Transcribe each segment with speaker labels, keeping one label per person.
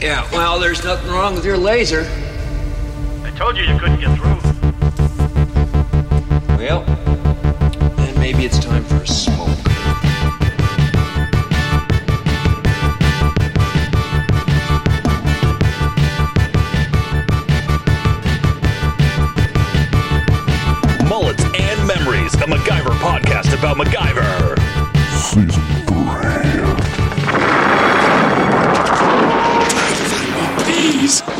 Speaker 1: Yeah, well, there's nothing wrong with your laser.
Speaker 2: I told you you couldn't get through.
Speaker 1: Well, then maybe it's time for a smoke.
Speaker 3: Mullets and Memories, a MacGyver podcast about MacGyver.
Speaker 4: Season 3.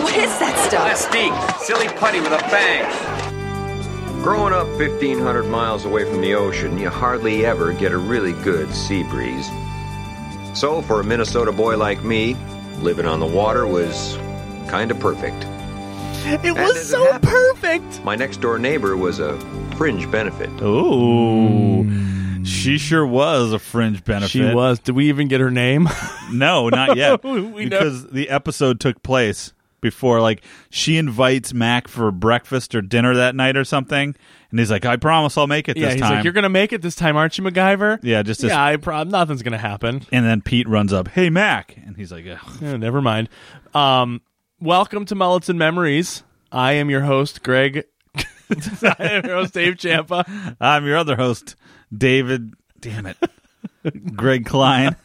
Speaker 5: What is that stuff?
Speaker 6: Mystique, silly putty with a bang.
Speaker 7: Growing up 1,500 miles away from the ocean, you hardly ever get a really good sea breeze. So, for a Minnesota boy like me, living on the water was kind of perfect. as
Speaker 8: It
Speaker 7: it
Speaker 8: was so
Speaker 7: happened.
Speaker 8: perfect.
Speaker 7: My next door neighbor was a fringe benefit.
Speaker 9: Ooh. She sure was a fringe benefit.
Speaker 8: Hmm. She was. Did we even get her name?
Speaker 9: No, not yet.
Speaker 8: We know.
Speaker 9: because the episode took place before like she invites Mac for breakfast or dinner that night or something and he's like, "I promise I'll make it
Speaker 8: yeah,
Speaker 9: this
Speaker 8: he's
Speaker 9: time."
Speaker 8: like, you're gonna make it this time, aren't you, MacGyver?
Speaker 9: Yeah, just this-
Speaker 8: yeah. I prob- nothing's gonna happen.
Speaker 9: and then Pete runs up, "Hey Mac." And he's like, "Ugh."
Speaker 8: Eh, never mind. Um, welcome to Mullets and Memories. I am your host, Greg. I am your host, Dave Champa.
Speaker 9: "I'm your other host, David, damn it. Greg Klein."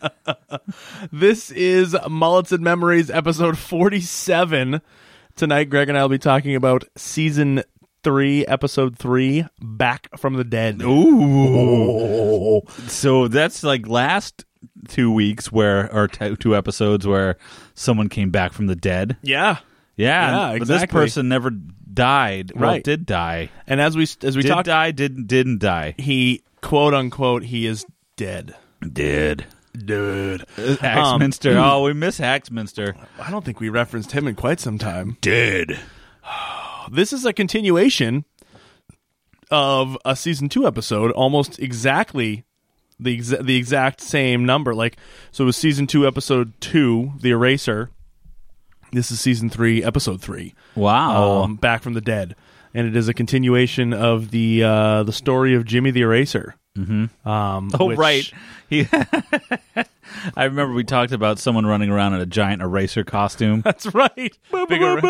Speaker 8: This is Mullets and Memories, episode 47. Tonight, Greg and I will be talking about season three, episode three, Back from the Dead. Oh.
Speaker 9: Ooh. So that's like last two weeks where, or t- two episodes where someone came back from the dead.
Speaker 8: Yeah.
Speaker 9: Yeah,
Speaker 8: Yeah,
Speaker 9: but this
Speaker 8: exactly.
Speaker 9: person never died. Well,
Speaker 8: Right.
Speaker 9: did die?
Speaker 8: And as we as we
Speaker 9: did
Speaker 8: talked,
Speaker 9: die? Didn't didn't die?
Speaker 8: he quote unquote he is dead.
Speaker 9: Did.
Speaker 8: Dude, Um,
Speaker 9: Axminster. oh, we miss Axminster.
Speaker 8: I don't think we referenced him in quite some time.
Speaker 9: Did.
Speaker 8: This is a continuation of a season two episode, almost exactly the exa- the exact same number. Like, so it was season two, episode two, the Eraser. This is season three, episode three.
Speaker 9: Wow.
Speaker 8: um, Back from the Dead, and it is a continuation of the uh, the story of Jimmy the Eraser. Mm-hmm. Um,
Speaker 9: oh,
Speaker 8: which-
Speaker 9: right. He. I remember we talked about someone running around in a giant eraser costume.
Speaker 8: That's right. Big era-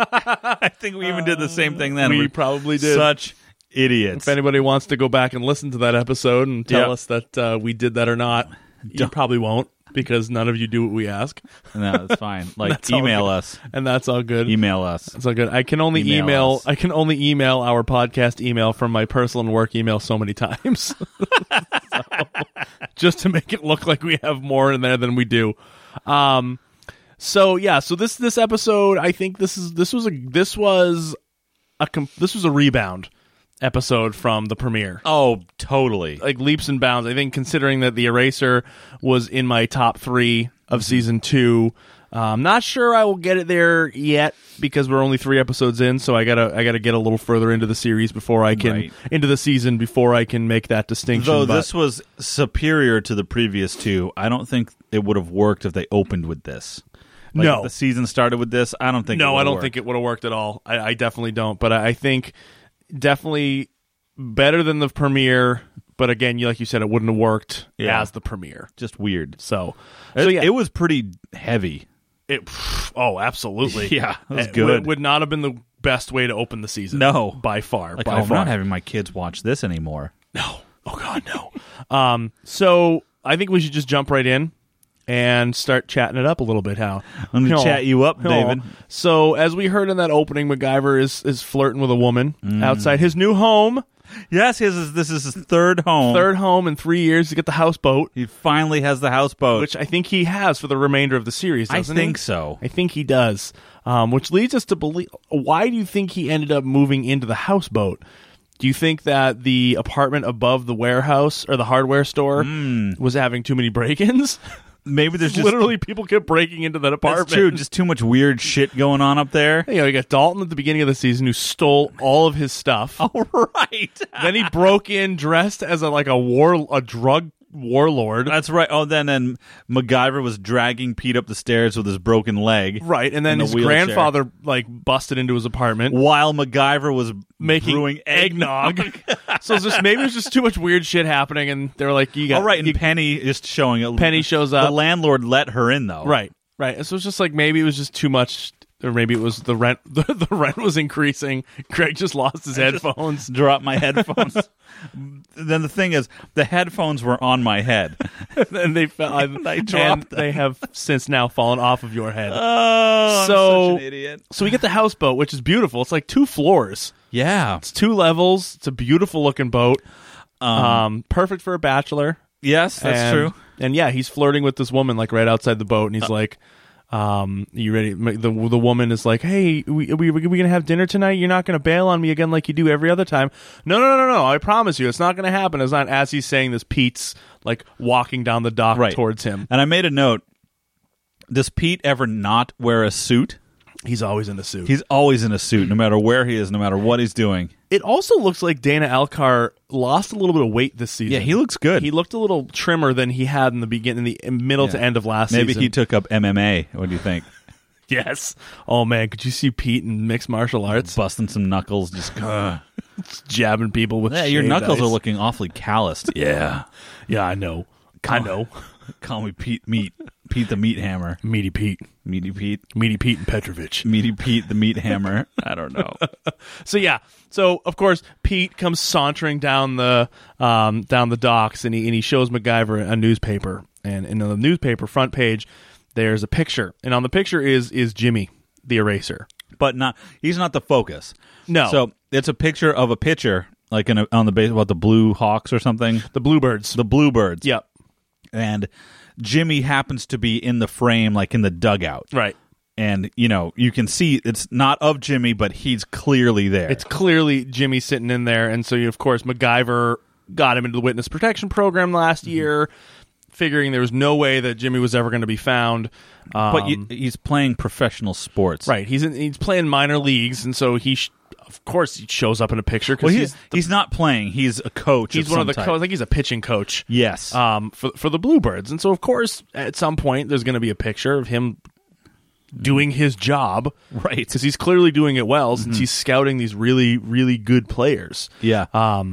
Speaker 9: I think we even did the same thing then.
Speaker 8: we
Speaker 9: We're
Speaker 8: probably did.
Speaker 9: Such idiots.
Speaker 8: If anybody wants to go back and listen to that episode and tell
Speaker 9: Yeah.
Speaker 8: us that uh, we did that or not, you
Speaker 9: Don't-
Speaker 8: probably won't because none of you do what we ask,
Speaker 9: no, it's fine. Like
Speaker 8: That's all
Speaker 9: email
Speaker 8: good.
Speaker 9: us.
Speaker 8: and that's all good.
Speaker 9: Email us.
Speaker 8: That's all good. I can only
Speaker 9: Email
Speaker 8: email.
Speaker 9: us.
Speaker 8: I can only email our podcast email from my personal and work email so many times, So, just to make it look like we have more in there than we do. Um, so yeah, so this this episode, I think this is this was a this was a com- this was a rebound episode from the premiere
Speaker 9: Oh, totally.
Speaker 8: like leaps and bounds. I think considering that the eraser was in my top three of
Speaker 9: Mm-hmm.
Speaker 8: season two. Um, not sure I will get it there yet because we're only three episodes in, so I gotta I gotta get a little further into the series before I can
Speaker 9: Right.
Speaker 8: into the season before I can make that distinction.
Speaker 9: Though
Speaker 8: but-
Speaker 9: this was superior to the previous two, I don't think it would have worked if they opened with this. Like,
Speaker 8: No.
Speaker 9: if the season started with this. I don't think.
Speaker 8: no,
Speaker 9: it
Speaker 8: I don't think it would have worked at all. I, I definitely don't, but I, I think definitely better than the premiere. But again, you like you said, it wouldn't have worked
Speaker 9: Yeah.
Speaker 8: as the premiere.
Speaker 9: Just weird.
Speaker 8: So,
Speaker 9: It,
Speaker 8: so yeah,
Speaker 9: it was pretty heavy.
Speaker 8: It, pff, oh, absolutely.
Speaker 9: Yeah, that was
Speaker 8: Uh,
Speaker 9: good.
Speaker 8: Would, would not have been the best way to open the season.
Speaker 9: No.
Speaker 8: by far.
Speaker 9: Like
Speaker 8: by
Speaker 9: I'm
Speaker 8: far.
Speaker 9: not having my kids watch this anymore.
Speaker 8: no. Oh God, no. um. So I think we should just jump right in and start chatting it up a little bit. How
Speaker 9: Let me chat you up, David.
Speaker 8: So as we heard in that opening, MacGyver is is flirting with a woman
Speaker 9: Mm.
Speaker 8: outside his new home,
Speaker 9: Yes, his is, this is his third home.
Speaker 8: third home in three years. to get the houseboat,
Speaker 9: He finally has the houseboat.
Speaker 8: which I think he has for the remainder of the series.
Speaker 9: I
Speaker 8: doesn't
Speaker 9: think
Speaker 8: he?
Speaker 9: so.
Speaker 8: I think he does. Um, which leads us to believe. Why do you think he ended up moving into the houseboat? Do you think that the apartment above the warehouse or the hardware store was having too many break-ins?
Speaker 9: Maybe there's Hmm. just
Speaker 8: Literally, people kept breaking into that apartment.
Speaker 9: That's true. Just too much weird shit going on up there.
Speaker 8: you know, you got Dalton at the beginning of the season who stole all of his stuff.
Speaker 9: All right.
Speaker 8: then he broke in dressed as a like a war a drug warlord.
Speaker 9: That's right. Oh, then and MacGyver was dragging Pete up the stairs with his broken leg.
Speaker 8: Right, and then
Speaker 9: In a
Speaker 8: his
Speaker 9: wheelchair.
Speaker 8: grandfather like busted into his apartment
Speaker 9: While MacGyver was
Speaker 8: making
Speaker 9: brewing
Speaker 8: eggnog. so it's just maybe it was just too much weird shit happening, and they were like, "You got
Speaker 9: All right, and
Speaker 8: you-
Speaker 9: Penny is showing up.
Speaker 8: Penny shows
Speaker 9: The
Speaker 8: up.
Speaker 9: landlord let her in though.
Speaker 8: right, right." So it's just like maybe it was just too much, or maybe it was the rent. The, the rent was increasing. Craig just lost his headphones.
Speaker 9: Drop my headphones. then the thing is, the headphones were on my head.
Speaker 8: and they fell. and
Speaker 9: I dropped
Speaker 8: they have since now fallen off of your head.
Speaker 9: Oh, I'm
Speaker 8: So-
Speaker 9: such an idiot.
Speaker 8: so we get the houseboat, which is beautiful. It's like two floors,
Speaker 9: Yeah,
Speaker 8: it's two levels. It's a beautiful looking boat. Um, perfect for a bachelor.
Speaker 9: yes, that's
Speaker 8: And-
Speaker 9: true. Uh.
Speaker 8: And yeah, he's flirting with this woman like right outside the boat, and he's like, um, "You ready?" The the woman is like, "Hey, we we we gonna have dinner tonight? You're not gonna bail on me again like you do every other time?" No, no, no, no, no. I promise you, it's not gonna happen. It's not as he's saying this. Pete's like walking down the dock
Speaker 9: Right
Speaker 8: towards him.
Speaker 9: and I made a note. Does Pete ever not wear a suit?
Speaker 8: He's always in a suit.
Speaker 9: He's always in a suit, no matter where he is, no matter what he's doing.
Speaker 8: It also looks like Dana Alcar lost a little bit of weight this season.
Speaker 9: Yeah, he looks good.
Speaker 8: He looked a little trimmer than he had in the beginning, in the middle to
Speaker 9: Yeah.
Speaker 8: end of last
Speaker 9: Maybe
Speaker 8: season.
Speaker 9: he took up MMA. What do you think?
Speaker 8: yes. Oh man, could you see Pete in mixed martial arts
Speaker 9: Busting some knuckles, just uh,
Speaker 8: jabbing people with?
Speaker 9: yeah. Your
Speaker 8: shaved
Speaker 9: knuckles
Speaker 8: ice.
Speaker 9: are looking awfully calloused. Yeah,
Speaker 8: Yeah, I know. I know.
Speaker 9: call me Pete Meat, Pete the Meat Hammer,
Speaker 8: Meaty Pete,
Speaker 9: Meaty Pete,
Speaker 8: Meaty Pete, and Petrovich.
Speaker 9: Meaty Pete the Meat Hammer. I don't know.
Speaker 8: So yeah. So of course Pete comes sauntering down the um, down the docks, and he and he shows MacGyver a newspaper, and, and on the newspaper front page, there's a picture, and on the picture is is Jimmy the eraser.
Speaker 9: But not he's not the focus.
Speaker 8: No.
Speaker 9: So it's a picture of a pitcher, like in a, on the base about the Blue Hawks or something,
Speaker 8: The Bluebirds.
Speaker 9: the Bluebirds.
Speaker 8: yep.
Speaker 9: and Jimmy happens to be in the frame, like in the dugout.
Speaker 8: Right.
Speaker 9: and you know you can see it's not of Jimmy, but he's clearly there.
Speaker 8: It's clearly Jimmy sitting in there, and so you, of course MacGyver got him into the witness protection program last
Speaker 9: Mm-hmm.
Speaker 8: year, figuring there was no way that Jimmy was ever going to be found. Um,
Speaker 9: but you, he's playing professional sports,
Speaker 8: right, he's in, he's playing minor leagues, and so he. Sh- of course, he shows up in a picture because
Speaker 9: Well,
Speaker 8: he's
Speaker 9: he's he's not playing. He's a coach.
Speaker 8: he's
Speaker 9: of
Speaker 8: one of
Speaker 9: some
Speaker 8: the
Speaker 9: type.
Speaker 8: co- I think he's a pitching coach.
Speaker 9: Yes,
Speaker 8: Um, for for the Bluebirds, and so of course at some point there's going to be a picture of him doing his job,
Speaker 9: Right. Mm-hmm.
Speaker 8: Because he's clearly doing it well since he's scouting these really really good players.
Speaker 9: yeah.
Speaker 8: uh,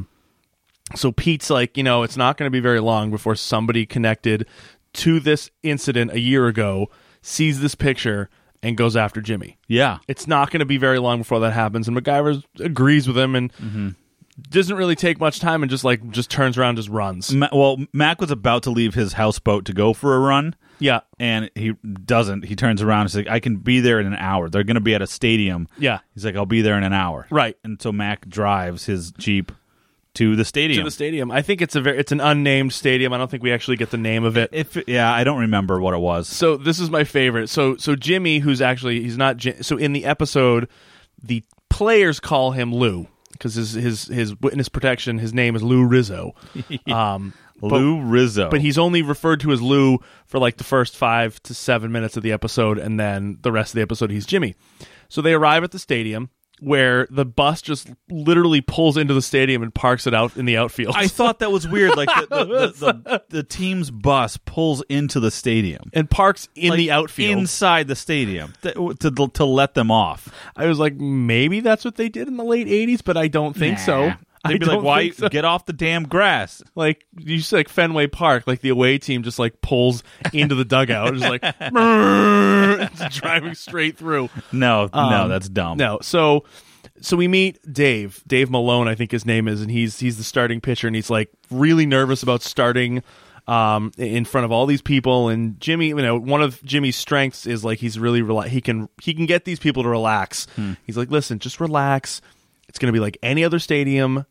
Speaker 8: So Pete's like, you know, it's not going to be very long before somebody connected to this incident a year ago sees this picture and goes after Jimmy.
Speaker 9: yeah,
Speaker 8: It's not going to be very long before that happens, and MacGyver agrees with him and doesn't really take much time and just like just turns around, just runs.
Speaker 9: Ma- well, Mac was about to leave his houseboat to go for a run,
Speaker 8: Yeah,
Speaker 9: and he doesn't. He turns around and says, "I can be there in an hour. They're going to be at a stadium."
Speaker 8: Yeah.
Speaker 9: he's like, "I'll be there in an hour."
Speaker 8: Right.
Speaker 9: and so Mac drives his jeep to the
Speaker 8: to
Speaker 9: stadium.
Speaker 8: the stadium. I think it's a very, it's an unnamed stadium. I don't think we actually get the name of it.
Speaker 9: if yeah, I don't remember what it was.
Speaker 8: So this is my favorite. So so Jimmy, who's actually he's not. Ji- So in the episode, the players call him Lou because his his his witness protection. His name is Lou Rizzo. Um,
Speaker 9: Lou Rizzo,
Speaker 8: but he's only referred to as Lou for like the first five to seven minutes of the episode, and then the rest of the episode he's Jimmy. So they arrive at the stadium where the bus just literally pulls into the stadium and parks it out in the outfield.
Speaker 9: I thought that was weird. Like the, the, the, the, the team's bus pulls into the stadium.
Speaker 8: and parks in
Speaker 9: Like,
Speaker 8: the outfield.
Speaker 9: inside the stadium, th- to, to let them off.
Speaker 8: I was like, maybe that's what they did in the late '80s, but I don't think so.
Speaker 9: Nah. They'd
Speaker 8: I
Speaker 9: be
Speaker 8: don't
Speaker 9: like, "Why
Speaker 8: think so.
Speaker 9: get off the damn grass?"
Speaker 8: Like you said, like Fenway Park, like the away team just like pulls into the dugout, just like it's driving straight through.
Speaker 9: No, no,
Speaker 8: Um,
Speaker 9: that's dumb.
Speaker 8: No, so so we meet Dave, Dave Malone, I think his name is, and he's he's the starting pitcher, and he's like really nervous about starting um in front of all these people and Jimmy you know one of Jimmy's strengths is like he's really rela- he can he can get these people to relax. He's like listen, just relax. It's going to be like any other stadium.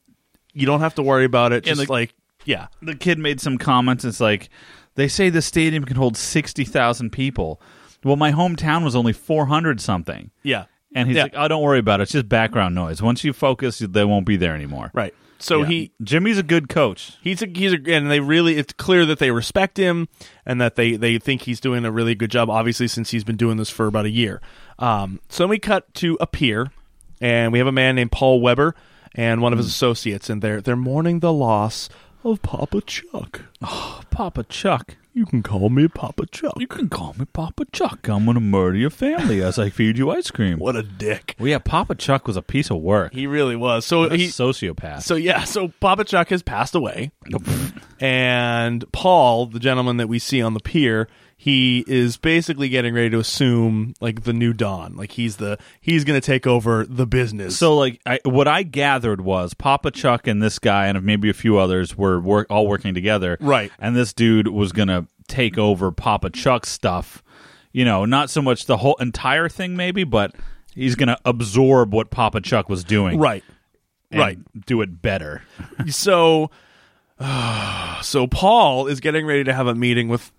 Speaker 8: You don't have to worry about it. Just
Speaker 9: like-
Speaker 8: like yeah.
Speaker 9: the kid made some comments. It's like they say the stadium can hold sixty thousand people. Well, my hometown was only four hundred something.
Speaker 8: Yeah.
Speaker 9: And he's
Speaker 8: Yeah.
Speaker 9: like, "Oh, don't worry about it. It's just background noise. Once you focus, they won't be there anymore."
Speaker 8: Right. So
Speaker 9: Yeah.
Speaker 8: he
Speaker 9: Jimmy's a good coach.
Speaker 8: He's a he's a and they really it's clear that they respect him and that they they think he's doing a really good job. Obviously, since he's been doing this for about a year. Um, so then we cut to a pier, and we have a man named Paul Weber and one of his associates, and they're they're mourning the loss of Papa Chuck. Oh,
Speaker 9: Papa Chuck.
Speaker 8: You can call me Papa Chuck.
Speaker 9: You can call me Papa Chuck. I'm going to murder your family as I feed you ice cream.
Speaker 8: What a dick.
Speaker 9: Well, yeah, Papa Chuck was a piece of work.
Speaker 8: He really was. So
Speaker 9: A
Speaker 8: he
Speaker 9: sociopath.
Speaker 8: So yeah, so Papa Chuck has passed away. and Paul, the gentleman that we see on the pier, he is basically getting ready to assume like the new Don. Like he's the he's going to take over the business.
Speaker 9: So like I, what I gathered was Papa Chuck and this guy and maybe a few others were work, all working together.
Speaker 8: Right.
Speaker 9: And this dude was going to take over Papa Chuck's stuff. You know, not so much the whole entire thing maybe, but he's going to absorb what Papa Chuck was doing.
Speaker 8: right.
Speaker 9: and
Speaker 8: right.
Speaker 9: Do it better.
Speaker 8: So so Paul is getting ready to have a meeting with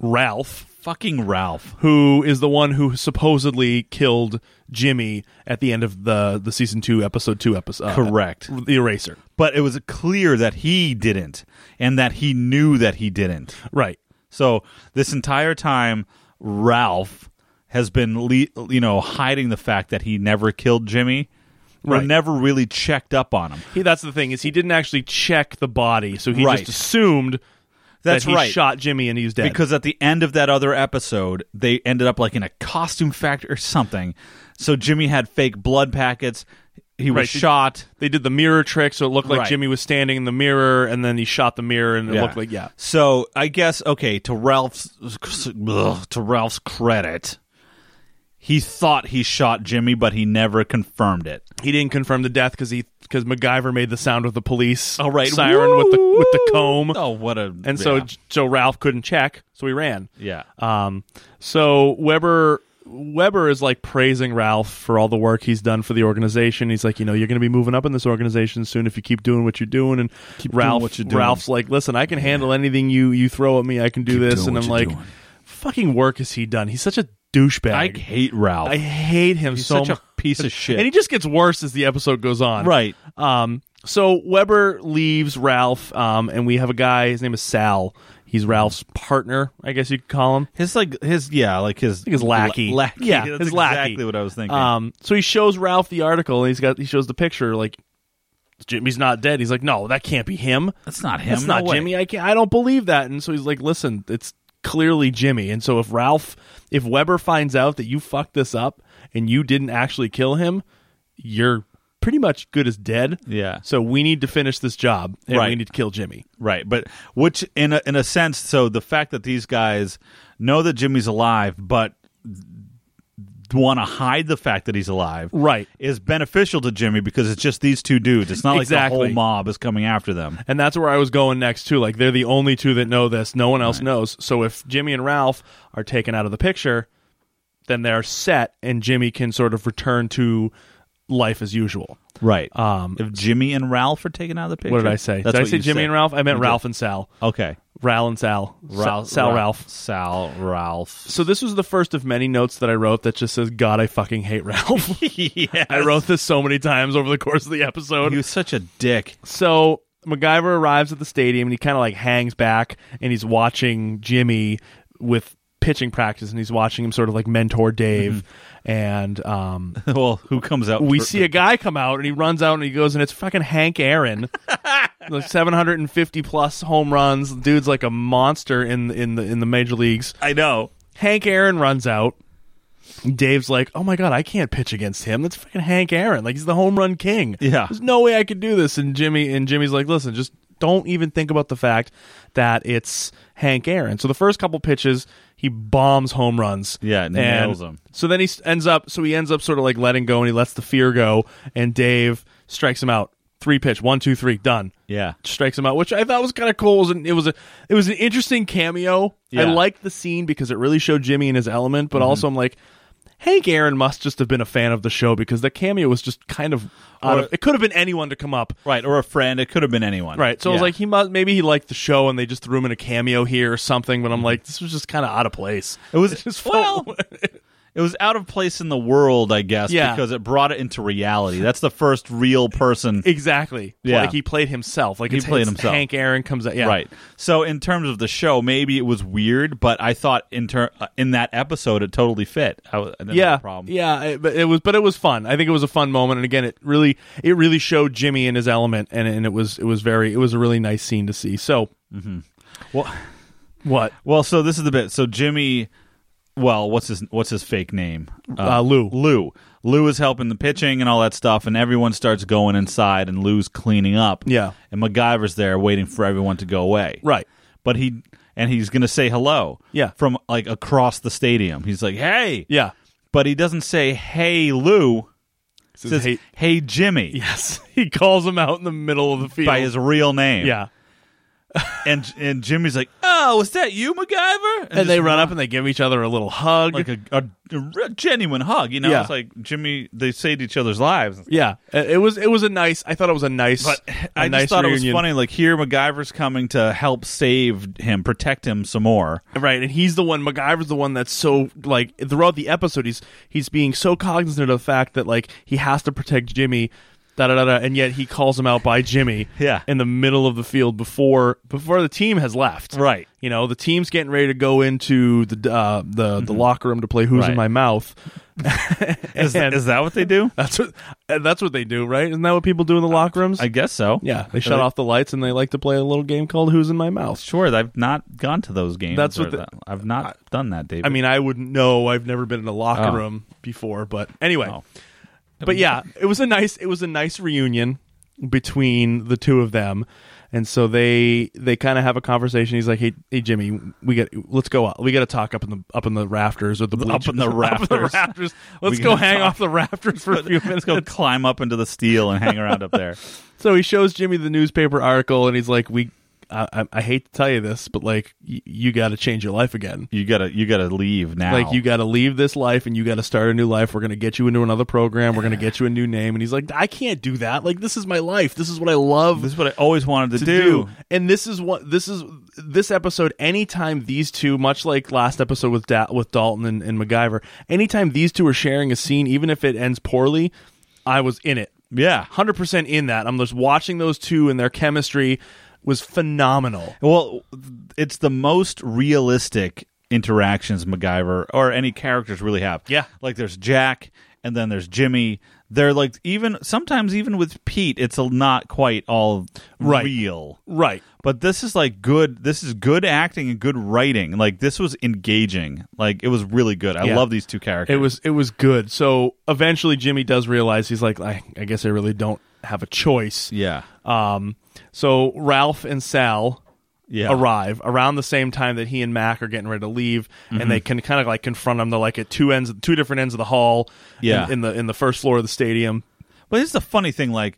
Speaker 8: Ralph,
Speaker 9: Fucking Ralph.
Speaker 8: who is the one who supposedly killed Jimmy at the end of the the season 2 episode 2 episode. uh,
Speaker 9: Correct.
Speaker 8: The eraser.
Speaker 9: But it was clear that he didn't and that he knew that he didn't.
Speaker 8: Right.
Speaker 9: So this entire time, Ralph has been, le- you know, hiding the fact that he never killed Jimmy. Or
Speaker 8: Right.
Speaker 9: never really checked up on him.
Speaker 8: He, that's the thing is he didn't actually check the body, so he
Speaker 9: Right.
Speaker 8: just assumed
Speaker 9: That's
Speaker 8: that he
Speaker 9: right.
Speaker 8: shot Jimmy and he's dead.
Speaker 9: Because at the end of that other episode, they ended up like in a costume factory or something. So Jimmy had fake blood packets. He was
Speaker 8: Right.
Speaker 9: shot.
Speaker 8: they did the mirror trick, so it looked like
Speaker 9: Right.
Speaker 8: Jimmy was standing in the mirror, and then he shot the mirror, and it
Speaker 9: Yeah.
Speaker 8: looked like yeah,
Speaker 9: So I guess okay to Ralph's ugh, to Ralph's credit, he thought he shot Jimmy, but he never confirmed it.
Speaker 8: he didn't confirm the death because he because MacGyver made the sound of the police
Speaker 9: All right,
Speaker 8: siren with the with the comb,
Speaker 9: Oh, what a
Speaker 8: Oh, and so
Speaker 9: yeah.
Speaker 8: so Ralph couldn't check, so he ran.
Speaker 9: yeah.
Speaker 8: Um, so Weber Weber is like praising Ralph for all the work he's done for the organization. He's like, you know, you're going to be moving up in this organization soon if you keep doing what you're doing. And Ralph,
Speaker 9: doing what you're doing.
Speaker 8: Ralph's like, listen, I can handle anything you you throw at me. I can do this.
Speaker 9: doing
Speaker 8: And
Speaker 9: what
Speaker 8: I'm
Speaker 9: you're
Speaker 8: like,
Speaker 9: doing.
Speaker 8: fucking work is he done? He's such a douchebag.
Speaker 9: I hate Ralph.
Speaker 8: I hate him
Speaker 9: He's
Speaker 8: so
Speaker 9: such a
Speaker 8: much.
Speaker 9: piece of shit.
Speaker 8: And he just gets worse as the episode goes on.
Speaker 9: right.
Speaker 8: Um, so Weber leaves Ralph, um, and we have a guy. His name is Sal. He's Ralph's partner, I guess you could call him.
Speaker 9: His like his yeah like his
Speaker 8: his lackey.
Speaker 9: La- lackey.
Speaker 8: Yeah,
Speaker 9: That's
Speaker 8: his lackey.
Speaker 9: exactly what I was thinking.
Speaker 8: Um, so he shows Ralph the article, and he's got he shows the picture. Like Jimmy's not dead. He's like, no, that can't be him.
Speaker 9: that's not him.
Speaker 8: That's
Speaker 9: no
Speaker 8: not
Speaker 9: way.
Speaker 8: Jimmy. I can't, I don't believe that. And so he's like, listen, it's clearly Jimmy. And so if Ralph, if Weber finds out that you fucked this up and you didn't actually kill him, you're pretty much good as dead.
Speaker 9: Yeah.
Speaker 8: So we need to finish this job, and we
Speaker 9: Right.
Speaker 8: need to kill Jimmy.
Speaker 9: Right, but which in a, in a sense, so the fact that these guys know that Jimmy's alive, but want to hide the fact that he's alive,
Speaker 8: Right.
Speaker 9: is beneficial to Jimmy because it's just these two dudes. It's not like the
Speaker 8: Exactly.
Speaker 9: whole mob is coming after them.
Speaker 8: And that's where I was going next too. Like they're the only two that know this. No one else knows. So if Jimmy and Ralph are taken out of the picture, then they're set and Jimmy can sort of return to life as usual.
Speaker 9: Right.
Speaker 8: Um,
Speaker 9: if Jimmy and Ralph are taken out of the picture,
Speaker 8: what did I say?
Speaker 9: That's
Speaker 8: did I
Speaker 9: what
Speaker 8: say
Speaker 9: you
Speaker 8: Jimmy
Speaker 9: said.
Speaker 8: and Ralph? I meant
Speaker 9: You
Speaker 8: Ralph
Speaker 9: did.
Speaker 8: and Sal.
Speaker 9: Okay,
Speaker 8: Ral and Sal. Sal, Sal Ralph.
Speaker 9: Sal Ralph.
Speaker 8: So this was the first of many notes that I wrote that just says, God, I fucking hate Ralph. I wrote this so many times over the course of the episode.
Speaker 9: He was such a dick.
Speaker 8: So MacGyver arrives at the stadium and he kind of like hangs back and he's watching Jimmy with pitching practice and he's watching him sort of like mentor Dave. And um,
Speaker 9: well, who comes out?
Speaker 8: we
Speaker 9: for-
Speaker 8: see a guy come out and he runs out and he goes and it's fucking Hank Aaron, like 750 plus home runs. dude's like a monster in in the in the major leagues.
Speaker 9: I know.
Speaker 8: Hank Aaron runs out. Dave's like, "Oh my god, I can't pitch against him. That's fucking Hank Aaron. Like he's the home run king.
Speaker 9: Yeah.
Speaker 8: there's no way I could do this." And Jimmy and Jimmy's like, "Listen, just don't even think about the fact that it's Hank Aaron." So the first couple pitches, he bombs home runs.
Speaker 9: Yeah, and he nails 'em.
Speaker 8: So then he s- ends up. So he ends up sort of like letting go, and he lets the fear go. And Dave strikes him out. Three pitch, one, two, three, done
Speaker 9: Yeah.
Speaker 8: strikes him out, which I thought was kind of cool. It was, an, it was a it was an interesting cameo. I
Speaker 9: Yeah. Mhm.
Speaker 8: liked the scene because it really showed Jimmy in his element, but also I'm like, Hank Aaron must just have been a fan of the show because the cameo was just kind of out
Speaker 9: Or-
Speaker 8: of. It could have been anyone to come up,
Speaker 9: Right, or a friend. It could have been anyone.
Speaker 8: right? So I was
Speaker 9: Yeah.
Speaker 8: like, he must maybe he liked the show and they just
Speaker 9: Mhm.
Speaker 8: threw him in a cameo here or something. But I'm like, this was just kind of out of place.
Speaker 9: It was
Speaker 8: just felt-
Speaker 9: well, it was out of place in the world, I guess,
Speaker 8: Yeah.
Speaker 9: because it brought it into reality. That's the first real person
Speaker 8: Exactly.
Speaker 9: Yeah.
Speaker 8: Like he played himself. Like
Speaker 9: He
Speaker 8: it's,
Speaker 9: played
Speaker 8: it's
Speaker 9: himself.
Speaker 8: Hank Aaron comes out. Yeah.
Speaker 9: Right. So in terms of the show, maybe it was weird, but I thought in ter- uh, in that episode it totally fit. I, was- I didn't
Speaker 8: Yeah.
Speaker 9: have a problem.
Speaker 8: Yeah. It, but it was. But it was fun. I think it was a fun moment. And again, it really, it really showed Jimmy in his element, and and it was, it was very, it was a really nice scene to see. So,
Speaker 9: Mm-hmm. Well,
Speaker 8: what?
Speaker 9: well, so this is the bit. So Jimmy, well, what's his what's his fake name?
Speaker 8: Uh, Lou.
Speaker 9: Lou. Lou is helping the pitching and all that stuff, and everyone starts going inside, and Lou's cleaning up.
Speaker 8: Yeah.
Speaker 9: And MacGyver's there waiting for everyone to go away.
Speaker 8: Right.
Speaker 9: But he and he's gonna say hello.
Speaker 8: Yeah.
Speaker 9: From like across the stadium, he's like, "Hey."
Speaker 8: Yeah.
Speaker 9: But he doesn't say, "Hey, Lou."
Speaker 8: Says,
Speaker 9: says,
Speaker 8: "Hey-
Speaker 9: "Hey, Jimmy,"
Speaker 8: Yes. He calls him out in the middle of the field.
Speaker 9: by his real name.
Speaker 8: yeah.
Speaker 9: and and Jimmy's like, "Oh, is that you, MacGyver?"
Speaker 8: And, they run up and they give each other a little hug.
Speaker 9: like a, a, a re- genuine hug. You know,
Speaker 8: Yeah.
Speaker 9: it's like Jimmy. They saved each other's lives.
Speaker 8: yeah. It it was. It was a nice. I thought it was a nice.
Speaker 9: But
Speaker 8: a
Speaker 9: I
Speaker 8: nice
Speaker 9: just thought it was
Speaker 8: reunion.
Speaker 9: funny. Like here, MacGyver's coming to help save him, protect him some more.
Speaker 8: Right, and he's the one. MacGyver's the one that's so like throughout the episode, he's he's being so cognizant of the fact that like he has to protect Jimmy, da da da, da and yet he calls him out by Jimmy,
Speaker 9: Yeah.
Speaker 8: in the middle of the field before before the team has left.
Speaker 9: Right.
Speaker 8: you know the team's getting ready to go into the uh, the the locker room to play Who's in
Speaker 9: Mm-hmm.
Speaker 8: My
Speaker 9: Right.
Speaker 8: Mouth.
Speaker 9: Is,
Speaker 8: And-
Speaker 9: is that what they do?
Speaker 8: That's what and that's what they do, right? Isn't that what people do in the locker rooms?
Speaker 9: I guess so.
Speaker 8: yeah, they shut off the lights and they like to play a little game called Who's in My Mouth.
Speaker 9: Sure, I've not gone to those games.
Speaker 8: That's what
Speaker 9: or
Speaker 8: the-
Speaker 9: that- I've not done that, David.
Speaker 8: I mean, I wouldn't know. I've never been in a locker
Speaker 9: Oh.
Speaker 8: room before, but anyway.
Speaker 9: Oh.
Speaker 8: But yeah, it was a nice it was a nice reunion between the two of them. And so they they kind of have a conversation. He's like, "Hey, hey Jimmy, we got let's go up. We got to talk up in the up in the rafters or the bleachers.
Speaker 9: in the rafters.
Speaker 8: rafters. Let's
Speaker 9: We
Speaker 8: go
Speaker 9: gotta
Speaker 8: hang
Speaker 9: talk.
Speaker 8: off the rafters for a few minutes.
Speaker 9: let's go climb up into the steel and hang around up there.
Speaker 8: So he shows Jimmy the newspaper article, and he's like, "We, I, I, I hate to tell you this, but like, y- you got to change your life again.
Speaker 9: You gotta, you gotta leave now.
Speaker 8: Like you got to leave this life and you got to start a new life. We're going to get you into another program. We're going to get you a new name. And he's like, I can't do that. Like this is my life. This is what I love
Speaker 9: This is what I always wanted to,
Speaker 8: to do. And this is what this is this episode anytime these two much like last episode with da- with Dalton and, and MacGyver, anytime these two are sharing a scene even if it ends poorly, I was in it.
Speaker 9: Yeah.
Speaker 8: 100% in that. I'm just watching those two and their chemistry was phenomenal.
Speaker 9: Well, it's the most realistic interactions MacGyver or any characters really have.
Speaker 8: Yeah.
Speaker 9: Like there's Jack and then there's Jimmy. They're like even sometimes even with Pete, it's a not quite all
Speaker 8: Right.
Speaker 9: real.
Speaker 8: Right.
Speaker 9: But this is like good. This is good acting and good writing. Like this was engaging. Like it was really good. I
Speaker 8: Yeah.
Speaker 9: love these two characters.
Speaker 8: It was it was good. So eventually Jimmy does realize he's like I, I guess I really don't have a choice.
Speaker 9: yeah,
Speaker 8: Um so Ralph and Sal
Speaker 9: yeah.
Speaker 8: arrive around the same time that he and Mac are getting ready to leave,
Speaker 9: Mm-hmm.
Speaker 8: and they can kind of like confront him. They're like at two ends, two different ends of the hall.
Speaker 9: Yeah.
Speaker 8: in, in the in the first floor of the stadium.
Speaker 9: But it's the funny thing. Like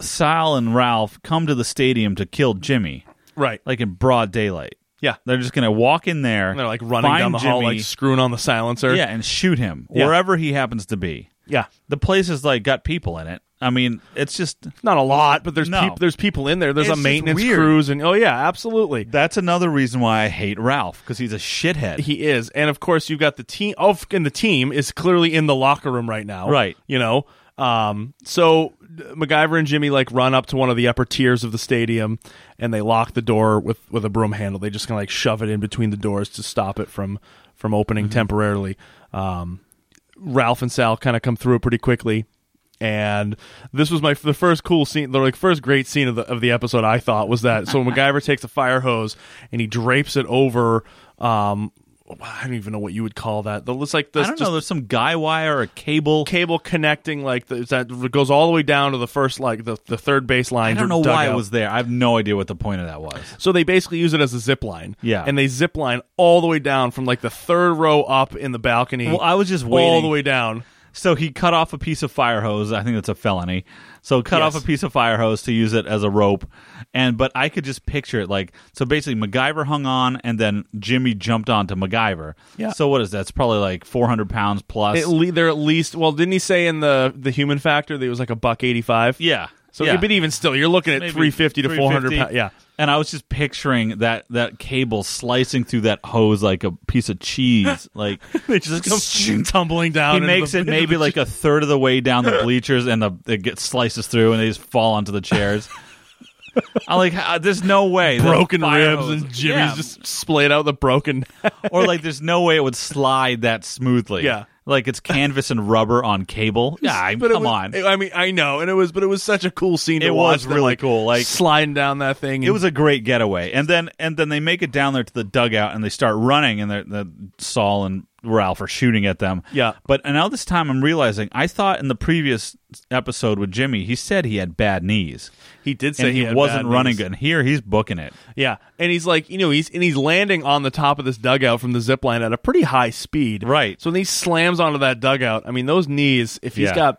Speaker 9: Sal and Ralph come to the stadium to kill Jimmy,
Speaker 8: Right.
Speaker 9: like in broad daylight.
Speaker 8: yeah.
Speaker 9: They're just gonna walk in there.
Speaker 8: And they're like running
Speaker 9: find
Speaker 8: down the hall,
Speaker 9: Jimmy,
Speaker 8: like screwing on the silencer.
Speaker 9: yeah, and shoot him
Speaker 8: Yeah.
Speaker 9: wherever he happens to be.
Speaker 8: yeah.
Speaker 9: The place is like got people in it. I mean, it's just
Speaker 8: Not a lot, but there's
Speaker 9: No.
Speaker 8: peop- there's people in there. There's
Speaker 9: It's
Speaker 8: a
Speaker 9: just
Speaker 8: maintenance
Speaker 9: weird.
Speaker 8: crews, and oh yeah, absolutely.
Speaker 9: that's another reason why I hate Ralph because he's a shithead.
Speaker 8: He is, and of course you've got the team. Oh, and the team is clearly in the locker room right now,
Speaker 9: Right.
Speaker 8: You know, um, so MacGyver and Jimmy like run up to one of the upper tiers of the stadium, and they lock the door with with a broom handle. They just kind of like shove it in between the doors to stop it from from opening temporarily. Um, Ralph and Sal kind of come through pretty quickly. And this was my the first cool scene, the like first great scene of the of the episode. I thought was that so MacGyver takes a fire hose and he drapes it over. Um, I don't even know what you would call that. The, it's like
Speaker 9: I
Speaker 8: this
Speaker 9: don't
Speaker 8: just
Speaker 9: know. There's some guy wire or a cable.
Speaker 8: cable connecting like the, that goes all the way down to the first like the, the third baseline.
Speaker 9: I don't know why it was there. I have no idea what the point of that was.
Speaker 8: So they basically use it as a zip line.
Speaker 9: Yeah.
Speaker 8: and they zip line all the way down from like the third row up in the balcony.
Speaker 9: Well, I was just
Speaker 8: all
Speaker 9: waiting.
Speaker 8: the way down.
Speaker 9: So he cut off a piece of fire hose. I think that's a felony. So cut
Speaker 8: Yes.
Speaker 9: off a piece of fire hose to use it as a rope. And but I could just picture it like so basically MacGyver hung on and then Jimmy jumped onto MacGyver.
Speaker 8: Yeah.
Speaker 9: So what is that? It's probably like four hundred pounds plus.
Speaker 8: At le- they're at least well, didn't he say in the the human factor that it was like a buck eighty five?
Speaker 9: yeah.
Speaker 8: So
Speaker 9: Yeah.
Speaker 8: but even still, you're looking at
Speaker 9: Maybe
Speaker 8: 350 to 400 pounds.
Speaker 9: 350.
Speaker 8: Yeah.
Speaker 9: And I was just picturing that that cable slicing through that hose like a piece of cheese. Like
Speaker 8: They just come tumbling down.
Speaker 9: he
Speaker 8: into
Speaker 9: makes
Speaker 8: the-
Speaker 9: it
Speaker 8: into
Speaker 9: maybe
Speaker 8: the-
Speaker 9: like a third of the way down the bleachers, and the it gets slices through, and they just fall onto the chairs. I'm like, "Ah, there's no way that
Speaker 8: broken
Speaker 9: fire
Speaker 8: ribs
Speaker 9: hose-
Speaker 8: and Jimmy's
Speaker 9: Yeah.
Speaker 8: just splayed out the broken.
Speaker 9: or like there's no way it would slide that smoothly.
Speaker 8: Yeah.
Speaker 9: like it's canvas and rubber on cable. Yeah, I-
Speaker 8: But it
Speaker 9: come
Speaker 8: was-
Speaker 9: on.
Speaker 8: I mean, I know, and it was, but it was such a cool scene. to
Speaker 9: It
Speaker 8: watch
Speaker 9: was
Speaker 8: them,
Speaker 9: really
Speaker 8: like,
Speaker 9: cool, like-
Speaker 8: sliding down that thing.
Speaker 9: it
Speaker 8: and-
Speaker 9: was a great getaway. And then and then they make it down there to the dugout and they start running and they're, the Saul and Ralph are shooting at them.
Speaker 8: Yeah.
Speaker 9: But and now this time I'm realizing I thought in the previous episode with Jimmy he said he had bad knees
Speaker 8: he did say
Speaker 9: and he,
Speaker 8: had
Speaker 9: wasn't
Speaker 8: bad
Speaker 9: running
Speaker 8: knees.
Speaker 9: good. And here he's booking it.
Speaker 8: Yeah, and he's like, you know, he's and he's landing on the top of this dugout from the zip line at a pretty high speed.
Speaker 9: Right.
Speaker 8: So when he slams onto that dugout, I mean, those knees. If he's
Speaker 9: Yeah.
Speaker 8: got,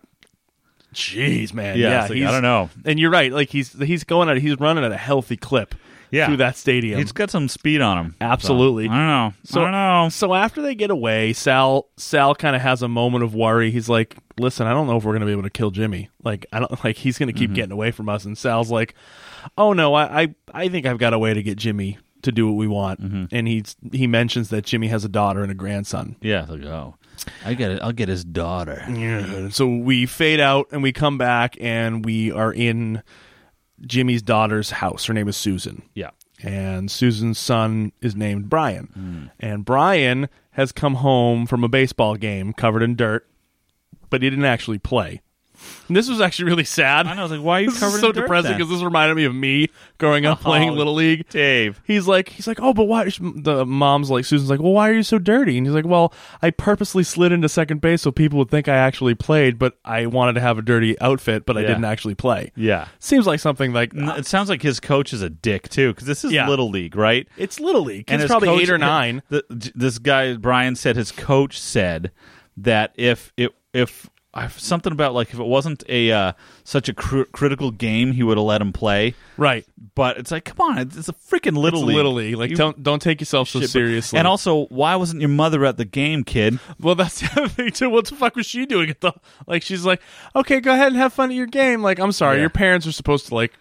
Speaker 8: jeez, man.
Speaker 9: Yeah,
Speaker 8: Yeah,
Speaker 9: it's like, I
Speaker 8: he's-
Speaker 9: don't know.
Speaker 8: And you're right. Like he's he's going at he's running at a healthy clip.
Speaker 9: Yeah.
Speaker 8: Through that stadium.
Speaker 9: He's got some speed on him.
Speaker 8: Absolutely.
Speaker 9: So, I don't know.
Speaker 8: So-
Speaker 9: I don't know.
Speaker 8: So after they get away, Sal Sal kind of has a moment of worry. He's like, "Listen, I don't know if we're going to be able to kill Jimmy. Like, I don't like he's going to keep getting away from us." And Sal's like, "Oh no, I I, I think I've got a way to get Jimmy to do what we want." And he's he mentions that Jimmy has a daughter and a grandson.
Speaker 9: Yeah, it's like oh, I get it. I'll get his daughter.
Speaker 8: Yeah. So we fade out and we come back and we are in Jimmy's daughter's house. Her name is Susan.
Speaker 9: Yeah.
Speaker 8: and Susan's son is named Brian.
Speaker 9: Hmm.
Speaker 8: And Brian has come home from a baseball game covered in dirt, but he didn't actually play. And this was actually really sad.
Speaker 9: I know. I was like, why are you
Speaker 8: This
Speaker 9: covered
Speaker 8: is
Speaker 9: in
Speaker 8: so
Speaker 9: dirt
Speaker 8: depressing
Speaker 9: then?
Speaker 8: because this reminded me of me growing up playing
Speaker 9: Oh,
Speaker 8: little league.
Speaker 9: Dave.
Speaker 8: He's like, he's like, oh, but why? The mom's like, Susan's like, well, why are you so dirty? And he's like, well, I purposely slid into second base so people would think I actually played, but I wanted to have a dirty outfit, but I
Speaker 9: Yeah.
Speaker 8: didn't actually play.
Speaker 9: Yeah.
Speaker 8: Seems like something like uh,
Speaker 9: N- It sounds like his coach is a dick too, because this is
Speaker 8: Yeah.
Speaker 9: little league, right?
Speaker 8: it's little league.
Speaker 9: his
Speaker 8: It's probably
Speaker 9: coach-
Speaker 8: eight or nine.
Speaker 9: th- th- this guy Brian said his coach said that if it if I- something about like if it wasn't a uh, such a cr- critical game, he would have let him play.
Speaker 8: Right.
Speaker 9: But it's like, come on, it's it's a freaking little
Speaker 8: It's
Speaker 9: league.
Speaker 8: little league. Like
Speaker 9: You
Speaker 8: don't don't take yourself so
Speaker 9: shit, but-
Speaker 8: seriously.
Speaker 9: And also, why wasn't your mother at the game, kid?
Speaker 8: well, that's the other thing too. What the fuck was she doing at the? Like she's like, okay, go ahead and have fun at your game. Like I'm sorry,
Speaker 9: Yeah.
Speaker 8: your parents are supposed to like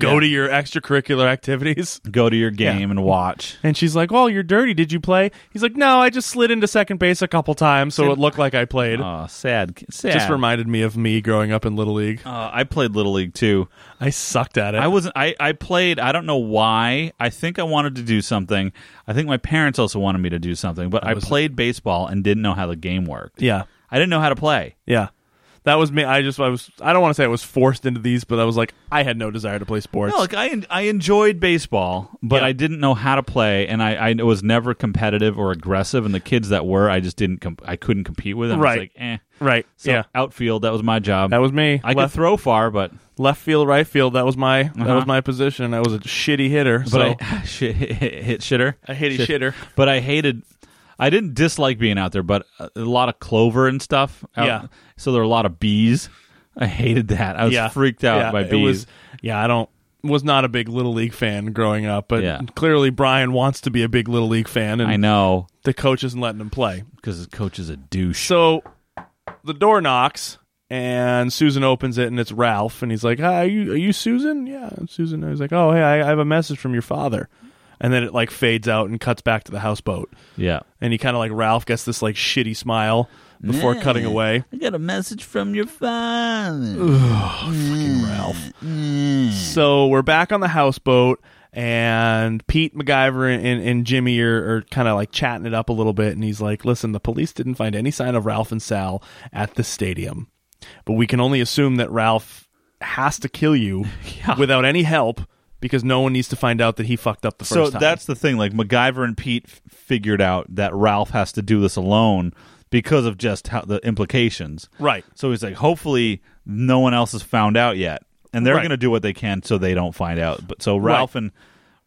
Speaker 8: go
Speaker 9: Yeah.
Speaker 8: to your extracurricular activities.
Speaker 9: Go to your game and watch.
Speaker 8: And she's like, well, you're dirty. Did you play? He's like, no, I just slid into second base a couple times, so it looked like I played.
Speaker 9: Oh, sad, ki- sad.
Speaker 8: just reminded me of me growing up in little league.
Speaker 9: Uh, I played little league too.
Speaker 8: I sucked at it.
Speaker 9: I wasn't. I, I played. I don't know why. I think I wanted to do something. I think my parents also wanted me to do something, but I played baseball and didn't know how the game worked.
Speaker 8: yeah,
Speaker 9: I didn't know how to play.
Speaker 8: yeah. That was me. I just I was. I don't want to say I was forced into these, but I was like, I had no desire to play sports.
Speaker 9: No, like I en- I enjoyed baseball, but
Speaker 8: Yeah.
Speaker 9: I didn't know how to play, and I, I was never competitive or aggressive. And the kids that were, I just didn't. Comp- I couldn't compete with them.
Speaker 8: Right.
Speaker 9: It's like, eh.
Speaker 8: right.
Speaker 9: So
Speaker 8: yeah.
Speaker 9: outfield. That was my job.
Speaker 8: That was me.
Speaker 9: I could
Speaker 8: left,
Speaker 9: throw far, but
Speaker 8: left field, right field. That was my that
Speaker 9: Uh-huh.
Speaker 8: was my position. I was a shitty hitter.
Speaker 9: but
Speaker 8: so
Speaker 9: I shit, hit, hit shitter.
Speaker 8: a hitty shitter.
Speaker 9: but I hated. I didn't dislike being out there, but a a lot of clover and stuff. out-
Speaker 8: Yeah.
Speaker 9: So there were a lot of bees. I hated that. I was
Speaker 8: yeah,
Speaker 9: freaked out
Speaker 8: yeah,
Speaker 9: by
Speaker 8: it
Speaker 9: bees.
Speaker 8: was- yeah, I don't was not a big little league fan growing up, but
Speaker 9: Yeah.
Speaker 8: clearly Brian wants to be a big little league fan, and
Speaker 9: I know
Speaker 8: the coach isn't letting him play.
Speaker 9: because his coach is a douche.
Speaker 8: So the door knocks. And Susan opens it, and it's Ralph, and he's like, "Hi, are you, are you Susan? Yeah, I'm Susan." And he's like, "Oh, hey, I, I have a message from your father," and then it like fades out and cuts back to the houseboat.
Speaker 9: Yeah.
Speaker 8: and he kind of like Ralph gets this like shitty smile before cutting away.
Speaker 9: I got a message from your father.
Speaker 8: Ralph. So we're back on the houseboat, and Pete MacGyver and, and, and Jimmy are, are kind of like chatting it up a little bit, and he's like, "Listen, the police didn't find any sign of Ralph and Sal at the stadium, but we can only assume that Ralph has to kill you without any help." Because no one needs to find out that he fucked up the first
Speaker 9: So
Speaker 8: time.
Speaker 9: that's the thing. Like MacGyver and Pete f- figured out that Ralph has to do this alone because of just how the implications.
Speaker 8: Right.
Speaker 9: So he's like, hopefully, no one else has found out yet, and they're
Speaker 8: Right.
Speaker 9: going to do what they can so they don't find out. But so Ralph and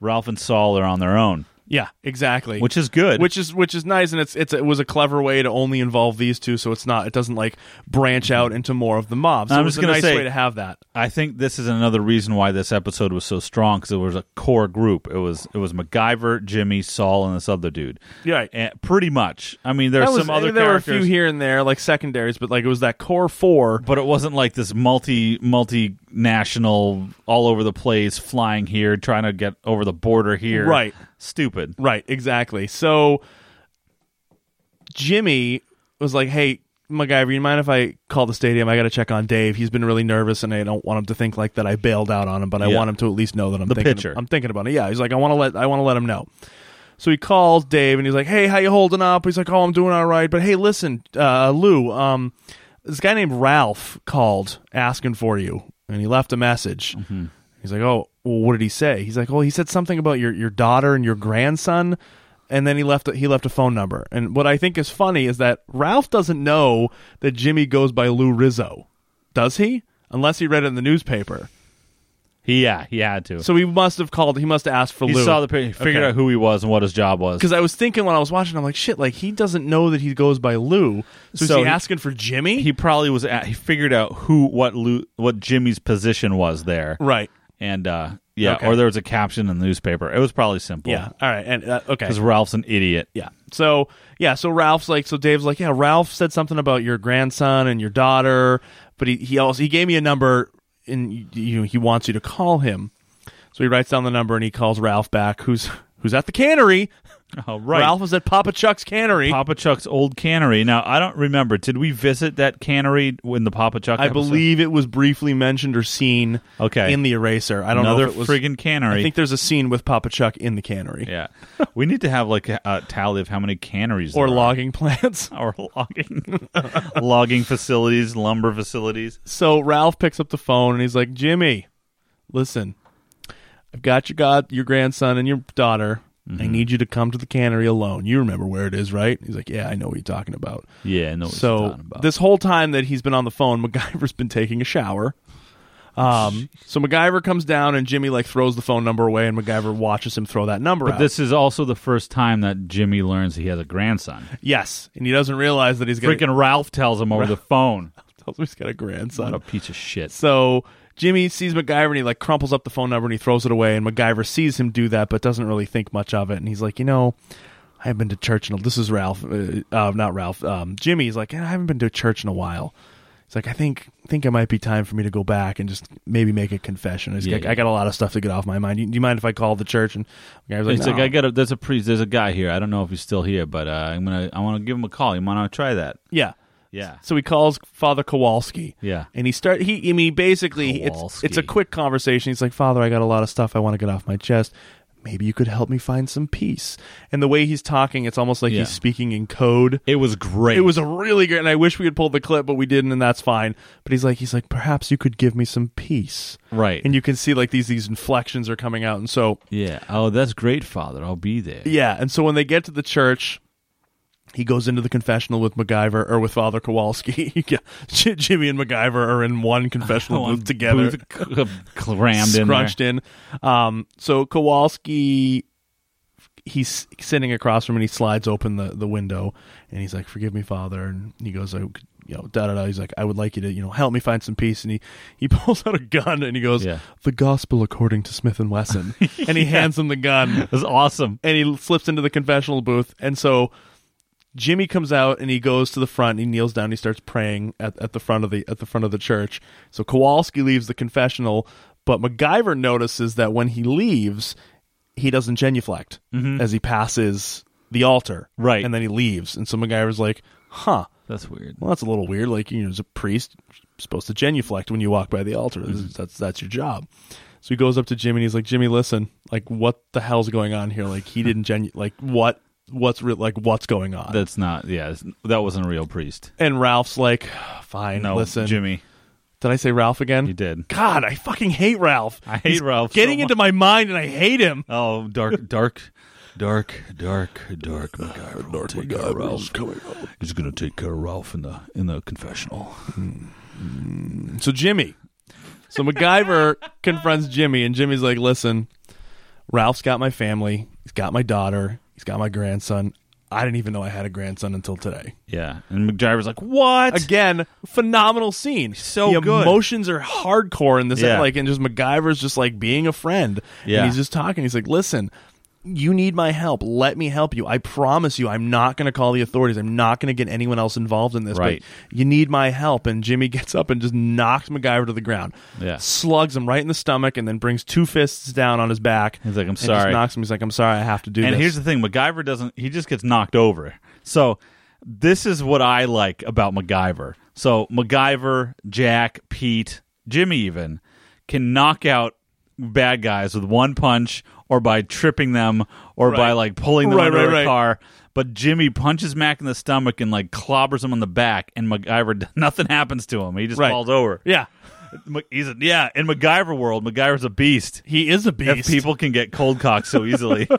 Speaker 9: Ralph and Saul are on their own,
Speaker 8: yeah, exactly.
Speaker 9: which is good.
Speaker 8: which is which is nice, and it's it's it was a clever way to only involve these two, so it's not it doesn't like branch out into more of the mob. So
Speaker 9: I'm
Speaker 8: it was
Speaker 9: just
Speaker 8: a
Speaker 9: gonna
Speaker 8: nice
Speaker 9: say-
Speaker 8: way to have that.
Speaker 9: I think this is another reason why this episode was so strong because it was a core group. It was it was MacGyver, Jimmy, Saul, and this other dude.
Speaker 8: Yeah, right.
Speaker 9: And pretty much. I mean, there
Speaker 8: That
Speaker 9: are
Speaker 8: was-
Speaker 9: some other
Speaker 8: there
Speaker 9: characters.
Speaker 8: were a few here and there like secondaries, but like it was that core four.
Speaker 9: but it wasn't like this multi multi national, all over the place, flying here, trying to get over the border here.
Speaker 8: Right.
Speaker 9: Stupid.
Speaker 8: Right, exactly. So Jimmy was like, "Hey, MacGyver, you mind if I call the stadium? I got to check on Dave. He's been really nervous, and I don't want him to think like that I bailed out on him, but I
Speaker 9: Yeah.
Speaker 8: want him to at least know that I'm
Speaker 9: The
Speaker 8: thinking.
Speaker 9: pitcher.
Speaker 8: I'm thinking about it. Yeah, he's like, I want to let I want to let him know. So he calls Dave, and he's like, "Hey, how you holding up?" He's like, "Oh, I'm doing all right, but hey, listen, uh, Lou, um, this guy named Ralph called asking for you, and he left a message."
Speaker 9: Mm-hmm.
Speaker 8: He's like, "Oh, well, what did he say?" He's like, "Well, he said something about your your daughter and your grandson." And then he left. A, he left a phone number. And what I think is funny is that Ralph doesn't know that Jimmy goes by Lou Rizzo, does he? Unless he read it in the newspaper.
Speaker 9: He, yeah, he had to.
Speaker 8: So he must have called. He must have asked for
Speaker 9: he
Speaker 8: Lou.
Speaker 9: saw the picture, he figured
Speaker 8: Okay.
Speaker 9: out who he was and what his job was.
Speaker 8: because I was thinking when I was watching, I'm like, shit, like he doesn't know that he goes by Lou. So, is
Speaker 9: So
Speaker 8: he,
Speaker 9: he-
Speaker 8: asking for Jimmy?
Speaker 9: He probably was at, he figured out who what Lou, what Jimmy's position was there.
Speaker 8: right.
Speaker 9: And uh yeah,
Speaker 8: Okay.
Speaker 9: or there was a caption in the newspaper. It was probably simple.
Speaker 8: Yeah. All right. And uh, okay.
Speaker 9: Cuz Ralph's an idiot.
Speaker 8: Yeah. So yeah. So Ralph's like. So Dave's like. Yeah. Ralph said something about your grandson and your daughter, but he he also he gave me a number and y- you know, he wants you to call him. So he writes down the number and he calls Ralph back, who's who's at the cannery.
Speaker 9: Oh, right.
Speaker 8: Ralph is at Papa Chuck's cannery.
Speaker 9: Papa Chuck's old cannery. Now, I don't remember. Did we visit that cannery in the Papa Chuck
Speaker 8: I
Speaker 9: episode?
Speaker 8: believe it was briefly mentioned or seen
Speaker 9: Okay.
Speaker 8: in the eraser. I don't
Speaker 9: Another
Speaker 8: know if it was
Speaker 9: friggin' cannery.
Speaker 8: I think there's a scene with Papa Chuck in the cannery
Speaker 9: yeah. we need to have like a, a tally of how many canneries
Speaker 8: or
Speaker 9: there are.
Speaker 8: logging plants.
Speaker 9: or logging logging facilities, lumber facilities.
Speaker 8: So Ralph picks up the phone and he's like, "Jimmy, listen, I've got your god, your grandson and your daughter. I
Speaker 9: Mm-hmm.
Speaker 8: need you to come to the cannery alone. You remember where it is, right?" He's like, "Yeah, I know what you're talking about."
Speaker 9: Yeah, no.
Speaker 8: so this whole time that he's been on the phone, MacGyver's been taking a shower. Um, so MacGyver comes down and Jimmy like throws the phone number away, and MacGyver watches him throw that number.
Speaker 9: but
Speaker 8: out.
Speaker 9: this is also the first time that Jimmy learns he has a grandson.
Speaker 8: yes, and he doesn't realize that he's gonna,
Speaker 9: Freaking Ralph tells him over the phone.
Speaker 8: tells him he's got a grandson.
Speaker 9: What a piece of shit.
Speaker 8: So Jimmy sees MacGyver and he like crumples up the phone number and he throws it away. And MacGyver sees him do that, but doesn't really think much of it. And he's like, you know, I haven't been to church in a this is Ralph, uh, uh, not Ralph. Um, Jimmy is like, I haven't been to church in a while. He's like, I think think it might be time for me to go back and just maybe make a confession. He's
Speaker 9: Yeah,
Speaker 8: like,
Speaker 9: yeah.
Speaker 8: I got a lot of stuff to get off my mind. You- Do you mind if I call the church? And MacGyver's like,
Speaker 9: It's like
Speaker 8: "No."
Speaker 9: I got a there's a priest there's a guy here. I don't know if he's still here, but uh, I'm gonna I want to give him a call. You want to try that?
Speaker 8: yeah.
Speaker 9: Yeah.
Speaker 8: So he calls Father Kowalski.
Speaker 9: Yeah.
Speaker 8: And he start he I mean basically it's
Speaker 9: Kowalski.
Speaker 8: it's a quick conversation. He's like, "Father, I got a lot of stuff I want to get off my chest. Maybe you could help me find some peace." And the way he's talking, it's almost like
Speaker 9: Yeah.
Speaker 8: he's speaking in code.
Speaker 9: It was great.
Speaker 8: It was a really great and I wish we had pulled the clip, but we didn't and that's fine. But he's like he's like, "Perhaps you could give me some peace."
Speaker 9: right.
Speaker 8: And you can see like these these inflections are coming out. And so
Speaker 9: yeah. Oh, that's great, Father. I'll be there.
Speaker 8: yeah, and so when they get to the church, he goes into the confessional with MacGyver or with Father Kowalski. Yeah, J- Jimmy and MacGyver are in one confessional
Speaker 9: One
Speaker 8: booth together,
Speaker 9: Oh, booth c- crammed in there.
Speaker 8: scrunched in. Um, so Kowalski, he's sitting across from him and he slides open the, the window and he's like, "Forgive me, Father." And he goes, "I." could- You know, da da da. He's like, I would like you to, you know, help me find some peace. And he he pulls out a gun and he goes,
Speaker 9: Yeah.
Speaker 8: "The gospel according to Smith and Wesson." and he hands him the gun
Speaker 9: It was awesome.
Speaker 8: and he slips into the confessional booth and so jimmy comes out and he goes to the front and he kneels down and he starts praying at, at the front of the at the front of the church so kowalski leaves the confessional but MacGyver notices that when he leaves he doesn't genuflect as he passes the altar
Speaker 9: Right.
Speaker 8: and then he leaves and so MacGyver's like huh
Speaker 9: That's weird.
Speaker 8: well, that's a little weird. Like, you know, as a priest, you're supposed to genuflect when you walk by the altar. This is-
Speaker 9: Mm-hmm.
Speaker 8: That's that's your job. So he goes up to Jimmy and he's like, Jimmy, listen, like, what the hell's going on here? Like, he didn't genu, like, what, what's re- like, what's going on?
Speaker 9: That's not. Yeah, it's- that wasn't a real priest.
Speaker 8: and Ralph's like, fine,
Speaker 9: No,
Speaker 8: listen,
Speaker 9: Jimmy,
Speaker 8: did I say Ralph again?
Speaker 9: you did.
Speaker 8: God, I fucking hate Ralph.
Speaker 9: I hate
Speaker 8: He's
Speaker 9: Ralph so
Speaker 8: Getting into my mind, and I hate him.
Speaker 9: Oh, dark, dark, dark, dark, dark
Speaker 8: Ah,
Speaker 9: MacGyver. Dark take care of Ralph. He's gonna take care of Ralph in the in the confessional.
Speaker 8: So Jimmy. So MacGyver confronts Jimmy, and Jimmy's like, "Listen, Ralph's got my family. He's got my daughter. He's got my grandson. I didn't even know I had a grandson until today."
Speaker 9: Yeah, and MacGyver's like, "What?
Speaker 8: Again, phenomenal scene.
Speaker 9: So
Speaker 8: the
Speaker 9: good.
Speaker 8: emotions are hardcore in this,
Speaker 9: Yeah.
Speaker 8: like, and just MacGyver's just like being a friend.
Speaker 9: Yeah.
Speaker 8: and he's just talking. He's like, "Listen, you need my help. Let me help you. I promise you, I'm not going to call the authorities. I'm not going to get anyone else involved in this. but
Speaker 9: Right.
Speaker 8: you need my help. And Jimmy gets up and just knocks MacGyver to the ground.
Speaker 9: Yeah.
Speaker 8: Slugs him right in the stomach and then brings two fists down on his back.
Speaker 9: He's like, "I'm
Speaker 8: and just
Speaker 9: sorry."
Speaker 8: knocks him. He's like, I'm sorry. I have to do
Speaker 9: and
Speaker 8: this.
Speaker 9: here's the thing MacGyver doesn't, he just gets knocked over. So this is what I like about MacGyver. So MacGyver, Jack, Pete, Jimmy even can knock out bad guys with one punch or by tripping them or by
Speaker 8: Right.
Speaker 9: like pulling them
Speaker 8: Right,
Speaker 9: under
Speaker 8: right,
Speaker 9: a
Speaker 8: right.
Speaker 9: car. But Jimmy punches Mac in the stomach and like clobbers him on the back, and MacGyver nothing happens to him. He just
Speaker 8: Right.
Speaker 9: falls over.
Speaker 8: yeah.
Speaker 9: Ma- He's a, yeah. In MacGyver world, MacGyver's a beast.
Speaker 8: He is a
Speaker 9: If
Speaker 8: beast.
Speaker 9: people can get cold cocked so easily,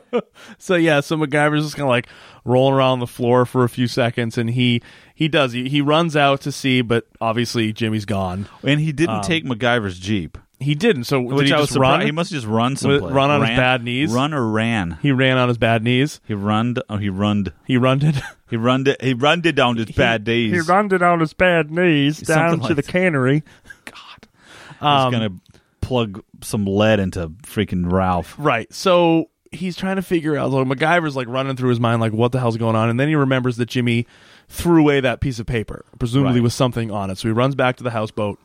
Speaker 8: So yeah, so MacGyver's just kind of like rolling around on the floor for a few seconds, and he he does he, he runs out to see, but obviously Jimmy's gone.
Speaker 9: and he didn't
Speaker 8: Um,
Speaker 9: take MacGyver's jeep,
Speaker 8: He didn't. So did
Speaker 9: which
Speaker 8: he
Speaker 9: I was
Speaker 8: just run?
Speaker 9: surprised. He must have just run someplace.
Speaker 8: run on his
Speaker 9: Ran-
Speaker 8: bad knees?
Speaker 9: Run or ran?
Speaker 8: He ran on his bad knees.
Speaker 9: He runned. Oh, he runned.
Speaker 8: He runned.
Speaker 9: He runned. it- He runned it down his bad days.
Speaker 8: it on his bad knees
Speaker 9: down to the
Speaker 8: cannery. um,
Speaker 9: He's gonna plug some lead into freaking Ralph.
Speaker 8: Right. So he's trying to figure out. Like MacGyver's like running through his mind, like what the hell's going on, and then he remembers that Jimmy threw away that piece of paper, presumably
Speaker 9: Right.
Speaker 8: with something on it. So he runs back to the houseboat,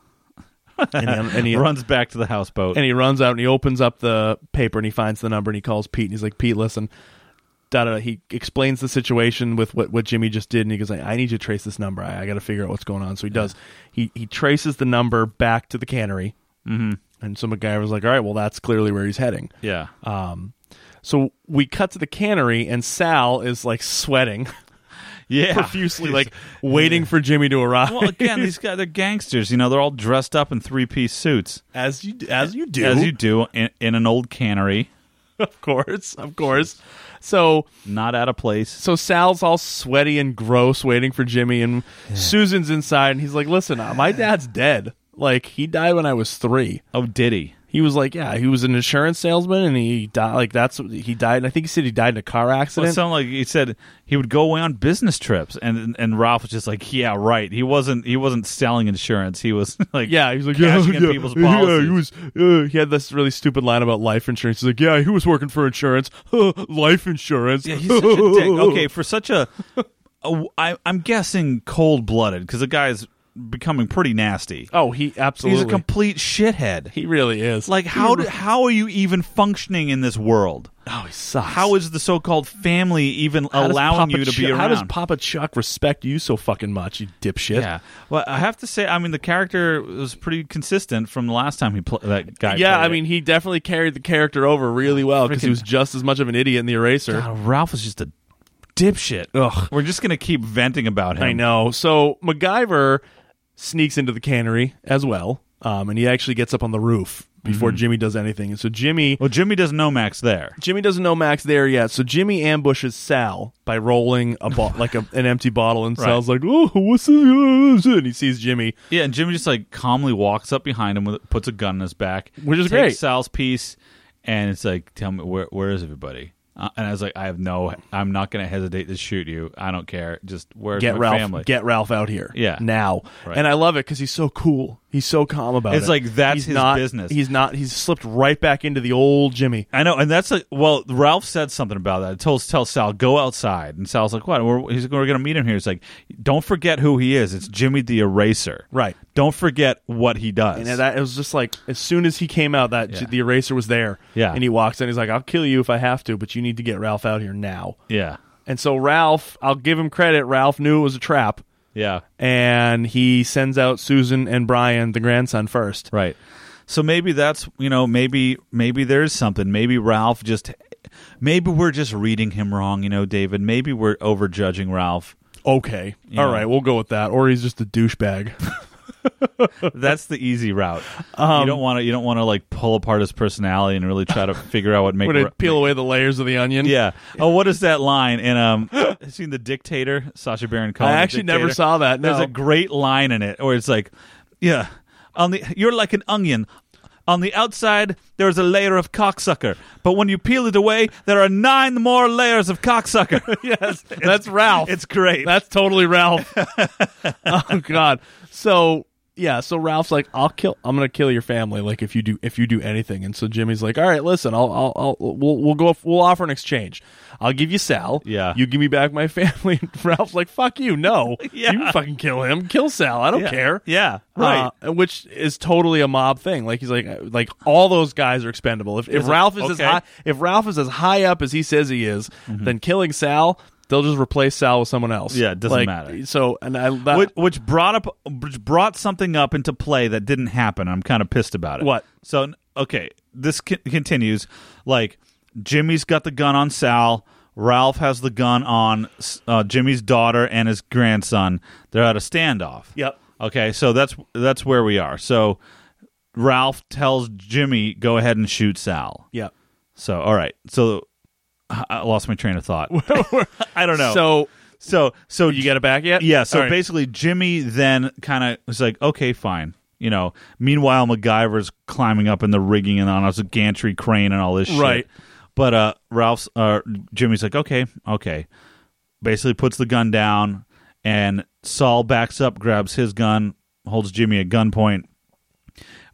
Speaker 8: and he, and he
Speaker 9: He runs back to the houseboat.
Speaker 8: and he runs out and he opens up the paper and he finds the number and he calls Pete and he's like, Pete, listen, da da. da." He explains the situation with what, what Jimmy just did and he goes, like, I need you to trace this number. I, I got to figure out what's going on. So he does. He he traces the number back to the cannery. Mm-hmm. And so MacGyver's like, all right, well, that's clearly where he's heading.
Speaker 9: yeah.
Speaker 8: Uh, So we cut to the cannery and Sal is like sweating Ah,
Speaker 9: yeah.
Speaker 8: profusely, like waiting for Jimmy to arrive.
Speaker 9: Well, again, these guys—they're gangsters. You know, they're all dressed up in three-piece suits,
Speaker 8: as you as you do,
Speaker 9: as you do in, in an old cannery,
Speaker 8: of course, of course. So
Speaker 9: not out of place.
Speaker 8: so Sal's all sweaty and gross waiting for Jimmy, and Susan's inside, and he's like, "Listen, uh, my dad's dead. Like he died when I was three.
Speaker 9: Oh, did he?
Speaker 8: He was like, yeah, he was an insurance salesman, and he died. Like that's he died. And I think he said he died in a car
Speaker 9: Well, it
Speaker 8: accident.
Speaker 9: sounded like he said he would go away on business trips, and and Ralph was just like, yeah, right. He wasn't he wasn't selling insurance. He was like,
Speaker 8: yeah, he was like, yeah,
Speaker 9: cashing in
Speaker 8: yeah,
Speaker 9: people's
Speaker 8: yeah,
Speaker 9: policies.
Speaker 8: he was. Uh, he had this really stupid line about life insurance. He's like, yeah, he was working for insurance, life insurance.
Speaker 9: Yeah, he's such a dick. Okay, for such a, a I, I'm guessing cold blooded because the guy's becoming pretty nasty.
Speaker 8: Oh, he absolutely.
Speaker 9: He's a complete shithead.
Speaker 8: he really is.
Speaker 9: Like how do, how are you even functioning in this world?
Speaker 8: oh, he sucks.
Speaker 9: How is the so-called family even
Speaker 8: How does
Speaker 9: allowing
Speaker 8: Papa
Speaker 9: you to
Speaker 8: Chuck-
Speaker 9: be around?
Speaker 8: How does Papa Chuck respect you so fucking much, you dipshit?
Speaker 9: Yeah. Well, I have to say, I mean, the character was pretty consistent from the last time he played that guy.
Speaker 8: Yeah,
Speaker 9: played
Speaker 8: I
Speaker 9: it.
Speaker 8: mean, he definitely carried the character over really well because he
Speaker 9: Freaking-
Speaker 8: was just as much of an idiot in the eraser.
Speaker 9: God, Ralph was just a dipshit.
Speaker 8: Ugh.
Speaker 9: We're just gonna keep venting about him.
Speaker 8: I know. So MacGyver sneaks into the cannery as well, um, and he actually gets up on the roof before Jimmy does anything. And so Jimmy,
Speaker 9: Well, Jimmy doesn't know Max there.
Speaker 8: Jimmy doesn't know Max there yet. So Jimmy ambushes Sal by rolling a bo- like a, an empty bottle, and Sal's like, "Oh, what's this?" And he sees Jimmy.
Speaker 9: Yeah, and Jimmy just like calmly walks up behind him, with, puts a gun in his back,
Speaker 8: Which is
Speaker 9: takes
Speaker 8: great.
Speaker 9: Sal's piece, and it's like, tell me where where is everybody? Uh, and I was like, I have no, I'm not gonna hesitate to shoot you. I don't care. Just where's
Speaker 8: Get
Speaker 9: my
Speaker 8: Ralph,
Speaker 9: family?
Speaker 8: get Ralph out here,
Speaker 9: Yeah.
Speaker 8: now.
Speaker 9: Right.
Speaker 8: And I love it because he's so cool. He's so calm about it.
Speaker 9: It's like, that's
Speaker 8: He's
Speaker 9: his
Speaker 8: not-
Speaker 9: business.
Speaker 8: He's not. He's slipped right back into the old Jimmy.
Speaker 9: I know, and that's like, well, Ralph said something about that. Told tell Sal go outside, and Sal's like, "What? We're, he's, we're going to meet him here." He's like, "Don't forget who he is. It's Jimmy the Eraser,
Speaker 8: Right.
Speaker 9: Don't forget what he does."
Speaker 8: And that it was just like as soon as he came out, that
Speaker 9: Yeah.
Speaker 8: the eraser was there.
Speaker 9: Yeah.
Speaker 8: and he walks in. He's like, "I'll kill you if I have to, but you need to get Ralph out here now."
Speaker 9: yeah,
Speaker 8: And so Ralph, I'll give him credit. Ralph knew it was a trap,
Speaker 9: yeah,
Speaker 8: and he sends out Susan and Brian, the grandson, first.
Speaker 9: right. So maybe that's you know maybe maybe there's something. Maybe Ralph just maybe we're just reading him wrong. You know, David. Maybe we're overjudging Ralph.
Speaker 8: Okay,
Speaker 9: Yeah.
Speaker 8: all right, we'll go with that. Or he's just a douchebag.
Speaker 9: That's the easy route. you don't want to you don't want to like pull apart his personality and really try to figure out what make
Speaker 8: Would
Speaker 9: Ra-
Speaker 8: it peel away the layers of the onion?
Speaker 9: Yeah. Oh, what is that line? And um, I've seen the Dictator, Sasha Baron Cohen.
Speaker 8: I
Speaker 9: The
Speaker 8: actually never
Speaker 9: Dictator.
Speaker 8: saw that, no.
Speaker 9: There's a great line in it where it's like, yeah, on the you're like an onion. On the outside, there is a layer of cocksucker, but when you peel it away, there are nine more layers of cocksucker. yes,
Speaker 8: that's Ralph.
Speaker 9: It's great.
Speaker 8: That's totally Ralph. oh God. So yeah, so Ralph's like, I'll kill. I'm gonna kill your family. Like if you do if you do anything. And so Jimmy's like, all right, listen, I'll I'll, I'll we'll we'll go we'll offer an exchange. I'll give you Sal.
Speaker 9: Yeah.
Speaker 8: You give me back my family. And Ralph's like, fuck you. No.
Speaker 9: Yeah.
Speaker 8: You fucking kill him. Kill Sal. I don't
Speaker 9: Yeah.
Speaker 8: care.
Speaker 9: Yeah. Uh,
Speaker 8: Right.
Speaker 9: Right.
Speaker 8: Uh, which is totally a mob thing. Like he's like like all those guys are expendable. If if
Speaker 9: like,
Speaker 8: Ralph is as
Speaker 9: okay. Mm-hmm.
Speaker 8: high if Ralph is as high up as he says he is, then killing Sal, they'll just replace Sal with someone else.
Speaker 9: Yeah, it doesn't
Speaker 8: Like,
Speaker 9: matter.
Speaker 8: So and I that,
Speaker 9: which, which brought up which brought something up into play that didn't happen. I'm kind of pissed about it.
Speaker 8: What?
Speaker 9: So okay, this con- continues. Like Jimmy's got the gun on Sal. Ralph has the gun on uh, Jimmy's daughter and his grandson. They're at a standoff.
Speaker 8: Yep.
Speaker 9: Okay, so that's that's where we are. So Ralph tells Jimmy, "Go ahead and shoot Sal."
Speaker 8: yeah.
Speaker 9: So all right. So I I lost my train of thought. I don't know.
Speaker 8: So
Speaker 9: so so
Speaker 8: you got it back yet?
Speaker 9: yeah, so
Speaker 8: All right.
Speaker 9: basically Jimmy then kind of was like, okay, fine. You know, meanwhile MacGyver's climbing up in the rigging and on us a gantry crane and all this shit.
Speaker 8: Right.
Speaker 9: But uh Ralph's uh Jimmy's like, okay, okay. Basically puts the gun down and Saul backs up, grabs his gun, holds Jimmy at gunpoint.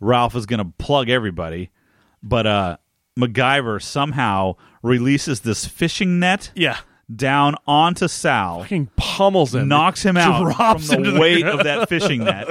Speaker 9: Ralph is gonna plug everybody, but uh MacGyver somehow releases this fishing net
Speaker 8: yeah,
Speaker 9: down onto Sal
Speaker 8: fucking pummels him,
Speaker 9: knocks him out
Speaker 8: drops
Speaker 9: from
Speaker 8: into
Speaker 9: the
Speaker 8: the
Speaker 9: weight of that fishing net,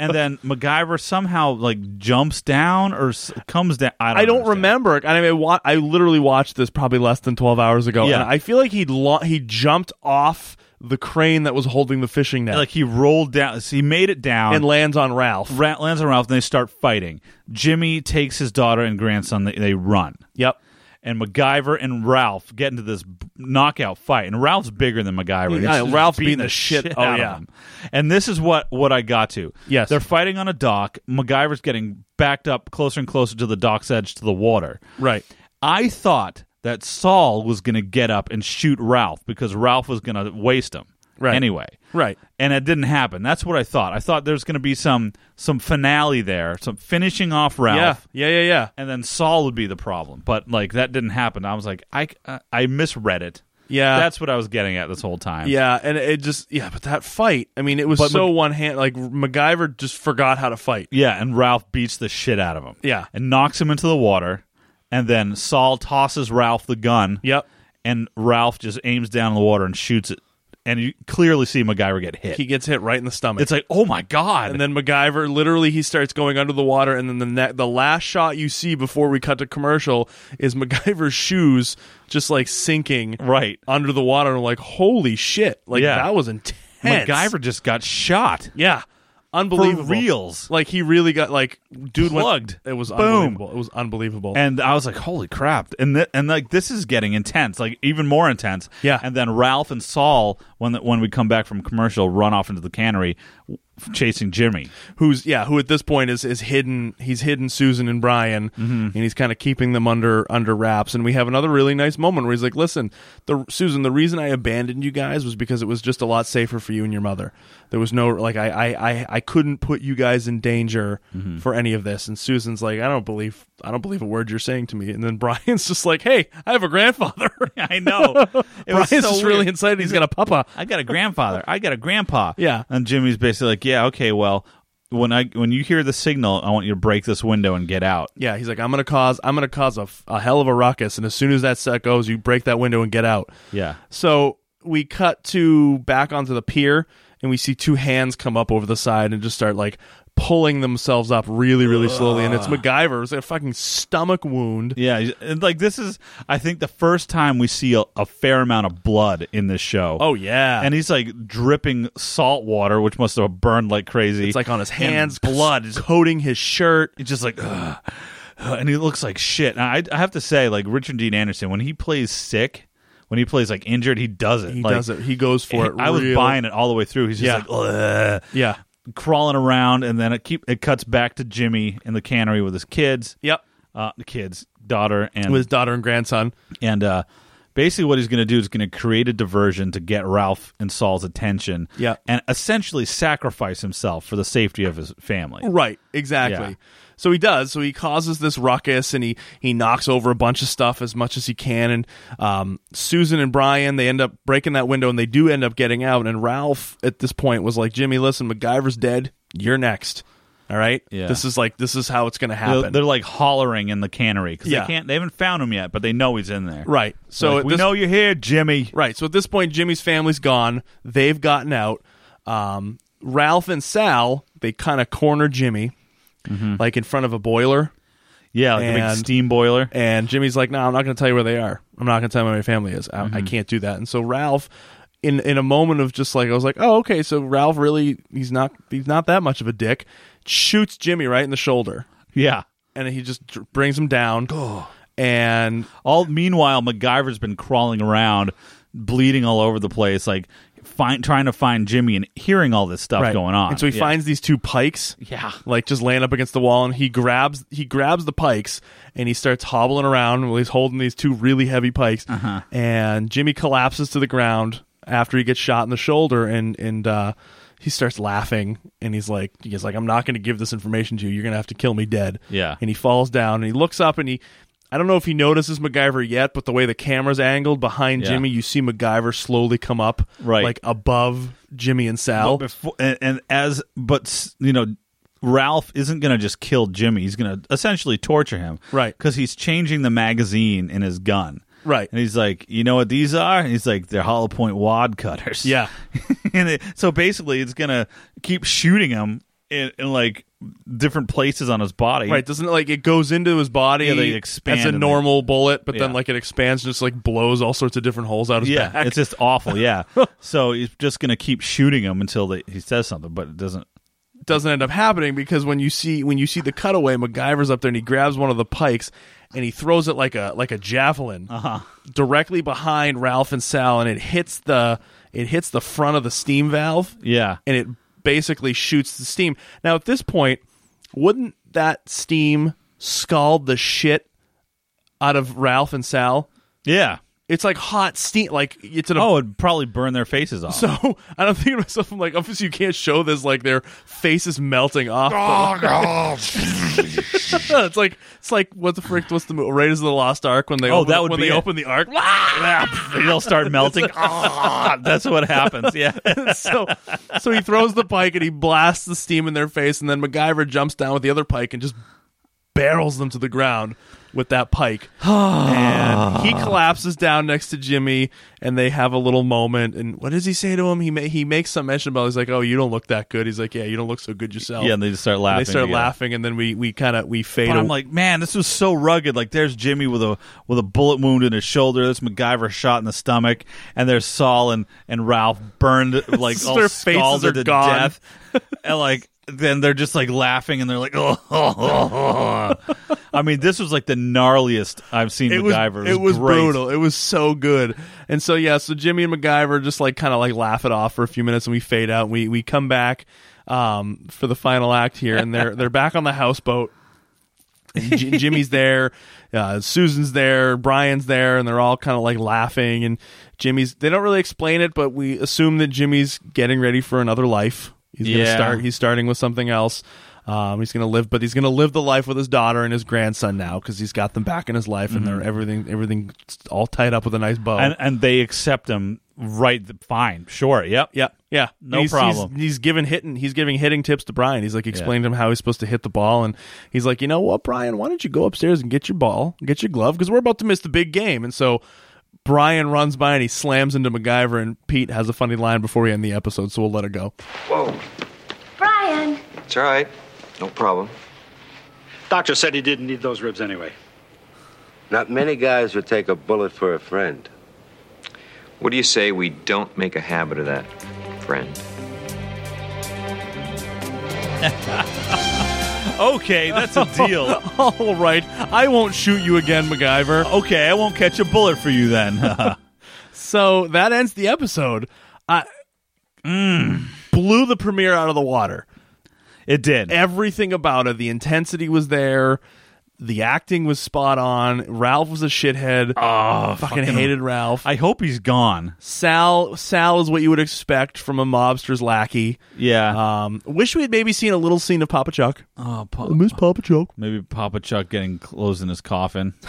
Speaker 9: and then MacGyver somehow like jumps down or s- comes down. I don't,
Speaker 8: I don't
Speaker 9: understand.
Speaker 8: remember. it. I mean, I, wa- I literally watched this probably less than twelve hours ago,
Speaker 9: Yeah.
Speaker 8: and I feel like he lo- he jumped off the crane that was holding the fishing net
Speaker 9: Like he rolled down, so he made it down.
Speaker 8: and lands on Ralph.
Speaker 9: Ra- lands on Ralph, and they start fighting. Jimmy takes his daughter and grandson. They, they run,
Speaker 8: yep.
Speaker 9: and MacGyver and Ralph get into this b- knockout fight. And Ralph's bigger than MacGyver.
Speaker 8: Yeah,
Speaker 9: He's just
Speaker 8: Ralph's beating the shit- oh,
Speaker 9: out of
Speaker 8: yeah.
Speaker 9: him. And this is what what I got to.
Speaker 8: Yes.
Speaker 9: they're fighting on a dock. MacGyver's getting backed up closer and closer to the dock's edge to the water.
Speaker 8: Right.
Speaker 9: I thought that Saul was going to get up and shoot Ralph because Ralph was going to waste him
Speaker 8: Right.
Speaker 9: anyway.
Speaker 8: Right.
Speaker 9: And it didn't happen. That's what I thought. I thought there's going to be some some finale there, some finishing off Ralph,
Speaker 8: Yeah. Yeah. Yeah. Yeah.
Speaker 9: and then Saul would be the problem. But like that didn't happen. I was like, I uh, I misread it.
Speaker 8: Yeah.
Speaker 9: that's what I was getting at this whole time.
Speaker 8: Yeah, and it just yeah, but that fight. I mean, it was
Speaker 9: But
Speaker 8: so
Speaker 9: Mac-
Speaker 8: one hand. Like MacGyver just forgot how to fight.
Speaker 9: Yeah, and Ralph beats the shit out of him.
Speaker 8: Yeah.
Speaker 9: and knocks him into the water, and then Saul tosses Ralph the gun.
Speaker 8: Yep.
Speaker 9: and Ralph just aims down in the water and shoots it, and you clearly see MacGyver get hit.
Speaker 8: He gets hit right in the stomach.
Speaker 9: it's like, oh my god!
Speaker 8: and then MacGyver literally he starts going under the water, and then the ne- the last shot you see before we cut to commercial is MacGyver's shoes just like sinking
Speaker 9: right,
Speaker 8: under the water. And like, holy shit! Like
Speaker 9: Yeah.
Speaker 8: that was intense.
Speaker 9: MacGyver just got shot.
Speaker 8: yeah, unbelievable.
Speaker 9: reals.
Speaker 8: like he really got like dude went-
Speaker 9: Plugged.
Speaker 8: it was
Speaker 9: Boom.
Speaker 8: unbelievable. It was unbelievable.
Speaker 9: And I was like, "Holy crap!" And th- and like this is getting intense, like even more intense.
Speaker 8: Yeah.
Speaker 9: And then Ralph and Saul, when the, when we come back from commercial, run off into the cannery, w- chasing Jimmy.
Speaker 8: who's yeah who at this point is is hidden he's hidden susan and brian
Speaker 9: Mm-hmm.
Speaker 8: and he's kind of keeping them under under wraps and we have another really nice moment where he's like listen the susan the reason i abandoned you guys was because it was just a lot safer for you and your mother there was no like i i i, I couldn't put you guys in danger
Speaker 9: Mm-hmm.
Speaker 8: for any of this and susan's like i don't believe i don't believe a word you're saying to me and then brian's just like hey i have a grandfather
Speaker 9: I know. It
Speaker 8: brian's
Speaker 9: was so
Speaker 8: just really
Speaker 9: weird.
Speaker 8: excited he's got a papa
Speaker 9: I got a grandfather. I got a grandpa.
Speaker 8: Yeah.
Speaker 9: And Jimmy's basically like, yeah, okay, well, when I when you hear the signal, I want you to break this window and get out.
Speaker 8: Yeah, he's like, I'm gonna cause, I'm gonna cause a, f- a hell of a ruckus, and as soon as that set goes, you break that window and get out.
Speaker 9: Yeah.
Speaker 8: So we cut to back onto the pier, and we see two hands come up over the side and just start like pulling themselves up really, really slowly, and it's MacGyver. It's like a fucking stomach wound.
Speaker 9: Yeah, he's- and like this is, I think, the first time we see a, a fair amount of blood in this show.
Speaker 8: Oh yeah,
Speaker 9: and he's like dripping salt water, which must have burned like crazy.
Speaker 8: it's like on his
Speaker 9: And
Speaker 8: hands,
Speaker 9: blood. is-
Speaker 8: coating his shirt.
Speaker 9: It's just like, ugh, ugh, and he looks like shit. And I, I have to say, like Richard Dean Anderson, when he plays sick, when he plays like injured, he does it.
Speaker 8: He
Speaker 9: Like,
Speaker 8: does it. He goes for it.
Speaker 9: I was
Speaker 8: real-
Speaker 9: buying it all the way through. He's just
Speaker 8: Yeah.
Speaker 9: like ugh,
Speaker 8: Yeah.
Speaker 9: crawling around, and then it keep it cuts back to Jimmy in the cannery with his kids.
Speaker 8: Yep.
Speaker 9: uh, the kids, daughter, and
Speaker 8: With his daughter and grandson.
Speaker 9: and uh, basically what he's going to do is going to create a diversion to get Ralph and Saul's attention.
Speaker 8: Yeah.
Speaker 9: and essentially sacrifice himself for the safety of his family.
Speaker 8: Right, exactly.
Speaker 9: Yeah.
Speaker 8: So he does. So he causes this ruckus and he he knocks over a bunch of stuff as much as he can. And um, Susan and Brian they end up breaking that window and they do end up getting out. And Ralph at this point was like, "Jimmy, listen, MacGyver's dead. you're next. All right.
Speaker 9: Yeah.
Speaker 8: This is like this is how it's going to
Speaker 9: They're,
Speaker 8: happen.
Speaker 9: they're, like hollering in the cannery because
Speaker 8: Yeah.
Speaker 9: they can't. They haven't found him yet, but they know he's in there.
Speaker 8: right. So
Speaker 9: So
Speaker 8: at
Speaker 9: we
Speaker 8: this-
Speaker 9: know you're here, Jimmy.
Speaker 8: Right. So at this point, Jimmy's family's gone. They've gotten out. Um, Ralph and Sal they kind of corner Jimmy,
Speaker 9: Mm-hmm.
Speaker 8: like in front of a boiler.
Speaker 9: Yeah, like a
Speaker 8: And-
Speaker 9: big steam boiler.
Speaker 8: And Jimmy's like, "No, I'm not going to tell you where they are. I'm not going to tell you where my family is. I, I can't do that." And so Ralph, in in a moment of just like, I was like, "Oh, okay." So Ralph really he's not he's not that much of a dick. Shoots Jimmy right in the shoulder,
Speaker 9: yeah.
Speaker 8: and he just dr- brings him down. And
Speaker 9: All meanwhile, MacGyver's been crawling around, bleeding all over the place, like find, trying to find Jimmy and hearing all this stuff
Speaker 8: right.
Speaker 9: going on.
Speaker 8: And so he
Speaker 9: Yeah.
Speaker 8: finds these two pikes.
Speaker 9: Yeah.
Speaker 8: Like just laying up against the wall and he grabs he grabs the pikes and he starts hobbling around while he's holding these two really heavy pikes.
Speaker 9: Uh-huh.
Speaker 8: And Jimmy collapses to the ground after he gets shot in the shoulder and and uh he starts laughing and he's like he's like I'm not going to give this information to you. You're going to have to kill me dead.
Speaker 9: Yeah.
Speaker 8: And he falls down and he looks up and he I don't know if he notices MacGyver yet, but the way the camera's angled behind
Speaker 9: Yeah.
Speaker 8: Jimmy, you see MacGyver slowly come up,
Speaker 9: Right.
Speaker 8: like above Jimmy and Sal.
Speaker 9: But before, and, and as but s- you know ralph isn't going to just kill jimmy he's going to essentially torture him
Speaker 8: Right.
Speaker 9: because he's changing the magazine in his gun
Speaker 8: Right.
Speaker 9: and he's like you know what these are and he's like they're hollow point wad cutters
Speaker 8: Yeah.
Speaker 9: and it, so basically it's going to keep shooting him in, in like different places on his body
Speaker 8: Right, doesn't it like it goes into his body
Speaker 9: Yeah, they expand
Speaker 8: as a
Speaker 9: and they-
Speaker 8: normal bullet, but then
Speaker 9: Yeah.
Speaker 8: like it expands and just like blows all sorts of different holes out his
Speaker 9: yeah
Speaker 8: back.
Speaker 9: it's just awful yeah so he's just going to keep shooting him until they, he says something but it doesn't
Speaker 8: It doesn't end up happening because when you see when you see the cutaway, MacGyver's up there and he grabs one of the pikes and he throws it like a like a javelin directly behind Ralph and Sal and it hits the it hits the front of the steam valve
Speaker 9: yeah
Speaker 8: and it basically shoots the steam. Now at this point, wouldn't that steam scald the shit out of Ralph and Sal?
Speaker 9: yeah
Speaker 8: It's like hot steam. Like it's an.
Speaker 9: oh it'd probably burn their faces off
Speaker 8: So and I'm thinking to myself, I'm like, obviously you can't show this. Like their faces melting off. it's like it's like what the frick? What's the mo- Raiders of the Lost Ark when they
Speaker 9: Oh,
Speaker 8: open,
Speaker 9: that would
Speaker 8: when
Speaker 9: be
Speaker 8: they
Speaker 9: it.
Speaker 8: open the ark.
Speaker 9: they'll start melting. Ah, that's what happens. Yeah.
Speaker 8: so so he throws the pike and he blasts the steam in their face, and then MacGyver jumps down with the other pike and just barrels them to the ground with that pike. and he collapses down next to Jimmy, and they have a little moment. And what does he say to him? He ma- he makes some mention about he's like, "Oh, you don't look that good." He's like, "Yeah, you don't look so good yourself."
Speaker 9: Yeah, and they just start
Speaker 8: And
Speaker 9: laughing.
Speaker 8: they start
Speaker 9: together.
Speaker 8: laughing, and then we we kind of we fade.
Speaker 9: But I'm
Speaker 8: away.
Speaker 9: like, man, this was so rugged. Like, there's Jimmy with a with a bullet wound in his shoulder. There's MacGyver shot in the stomach, and there's Saul and, and Ralph burned like all
Speaker 8: Their faces
Speaker 9: scalded
Speaker 8: are
Speaker 9: to
Speaker 8: gone.
Speaker 9: death. And like, then they're just like laughing, and they're like, oh, I mean, this was like the gnarliest I've seen
Speaker 8: it was,
Speaker 9: MacGyver.
Speaker 8: it was
Speaker 9: great.
Speaker 8: brutal. It was so good. And so yeah, so Jimmy and MacGyver just like kind of like laugh it off for a few minutes, and we fade out. And we we come back um, for the final act here, and they're they're back on the houseboat. And J- Jimmy's there, uh, Susan's there, Brian's there, and they're all kind of like laughing. And Jimmy's they don't really explain it, but we assume that Jimmy's getting ready for another life. He's gonna
Speaker 9: Yeah.
Speaker 8: start. He's starting with something else. Um, he's gonna live, but he's gonna live the life with his daughter and his grandson now because he's got them back in his life, and they're everything, everything all tied up with a nice bow.
Speaker 9: Mm-hmm. And and they accept him right. Fine, sure, yep,
Speaker 8: yeah, yeah,
Speaker 9: No
Speaker 8: He's-
Speaker 9: problem.
Speaker 8: He's, he's giving hitting, he's giving hitting tips to Brian. He's like explaining to him how he's supposed to hit the ball, and he's like, you know what, Brian, why don't you go upstairs and get your ball, get your glove, because we're about to miss the big game. And so Brian runs by and he slams into MacGyver, and Pete has a funny line before we end the episode, so we'll let it go.
Speaker 1: Whoa.
Speaker 5: Brian,
Speaker 1: It's all right. No problem.
Speaker 2: Doctor said he didn't need those ribs anyway.
Speaker 10: Not many guys would take a bullet for a friend.
Speaker 1: What do you say we don't make a habit of that, friend?
Speaker 9: Okay, that's a deal.
Speaker 8: All right, I won't shoot you again, MacGyver.
Speaker 9: okay, I won't catch a bullet for you then.
Speaker 8: So that ends the episode. I mm, blew the premiere out of the water.
Speaker 9: it did.
Speaker 8: Everything about it, the intensity was there, the acting was spot on. Ralph was a shithead. Oh, fucking, hated Ralph.
Speaker 9: I hope he's gone.
Speaker 8: Sal, Sal is what you would expect from a mobster's lackey.
Speaker 9: Yeah.
Speaker 8: Um, wish we had maybe seen a little scene of Papa Chuck.
Speaker 9: oh, Pa-
Speaker 8: Miss Papa Chuck.
Speaker 9: maybe Papa Chuck getting closed in his coffin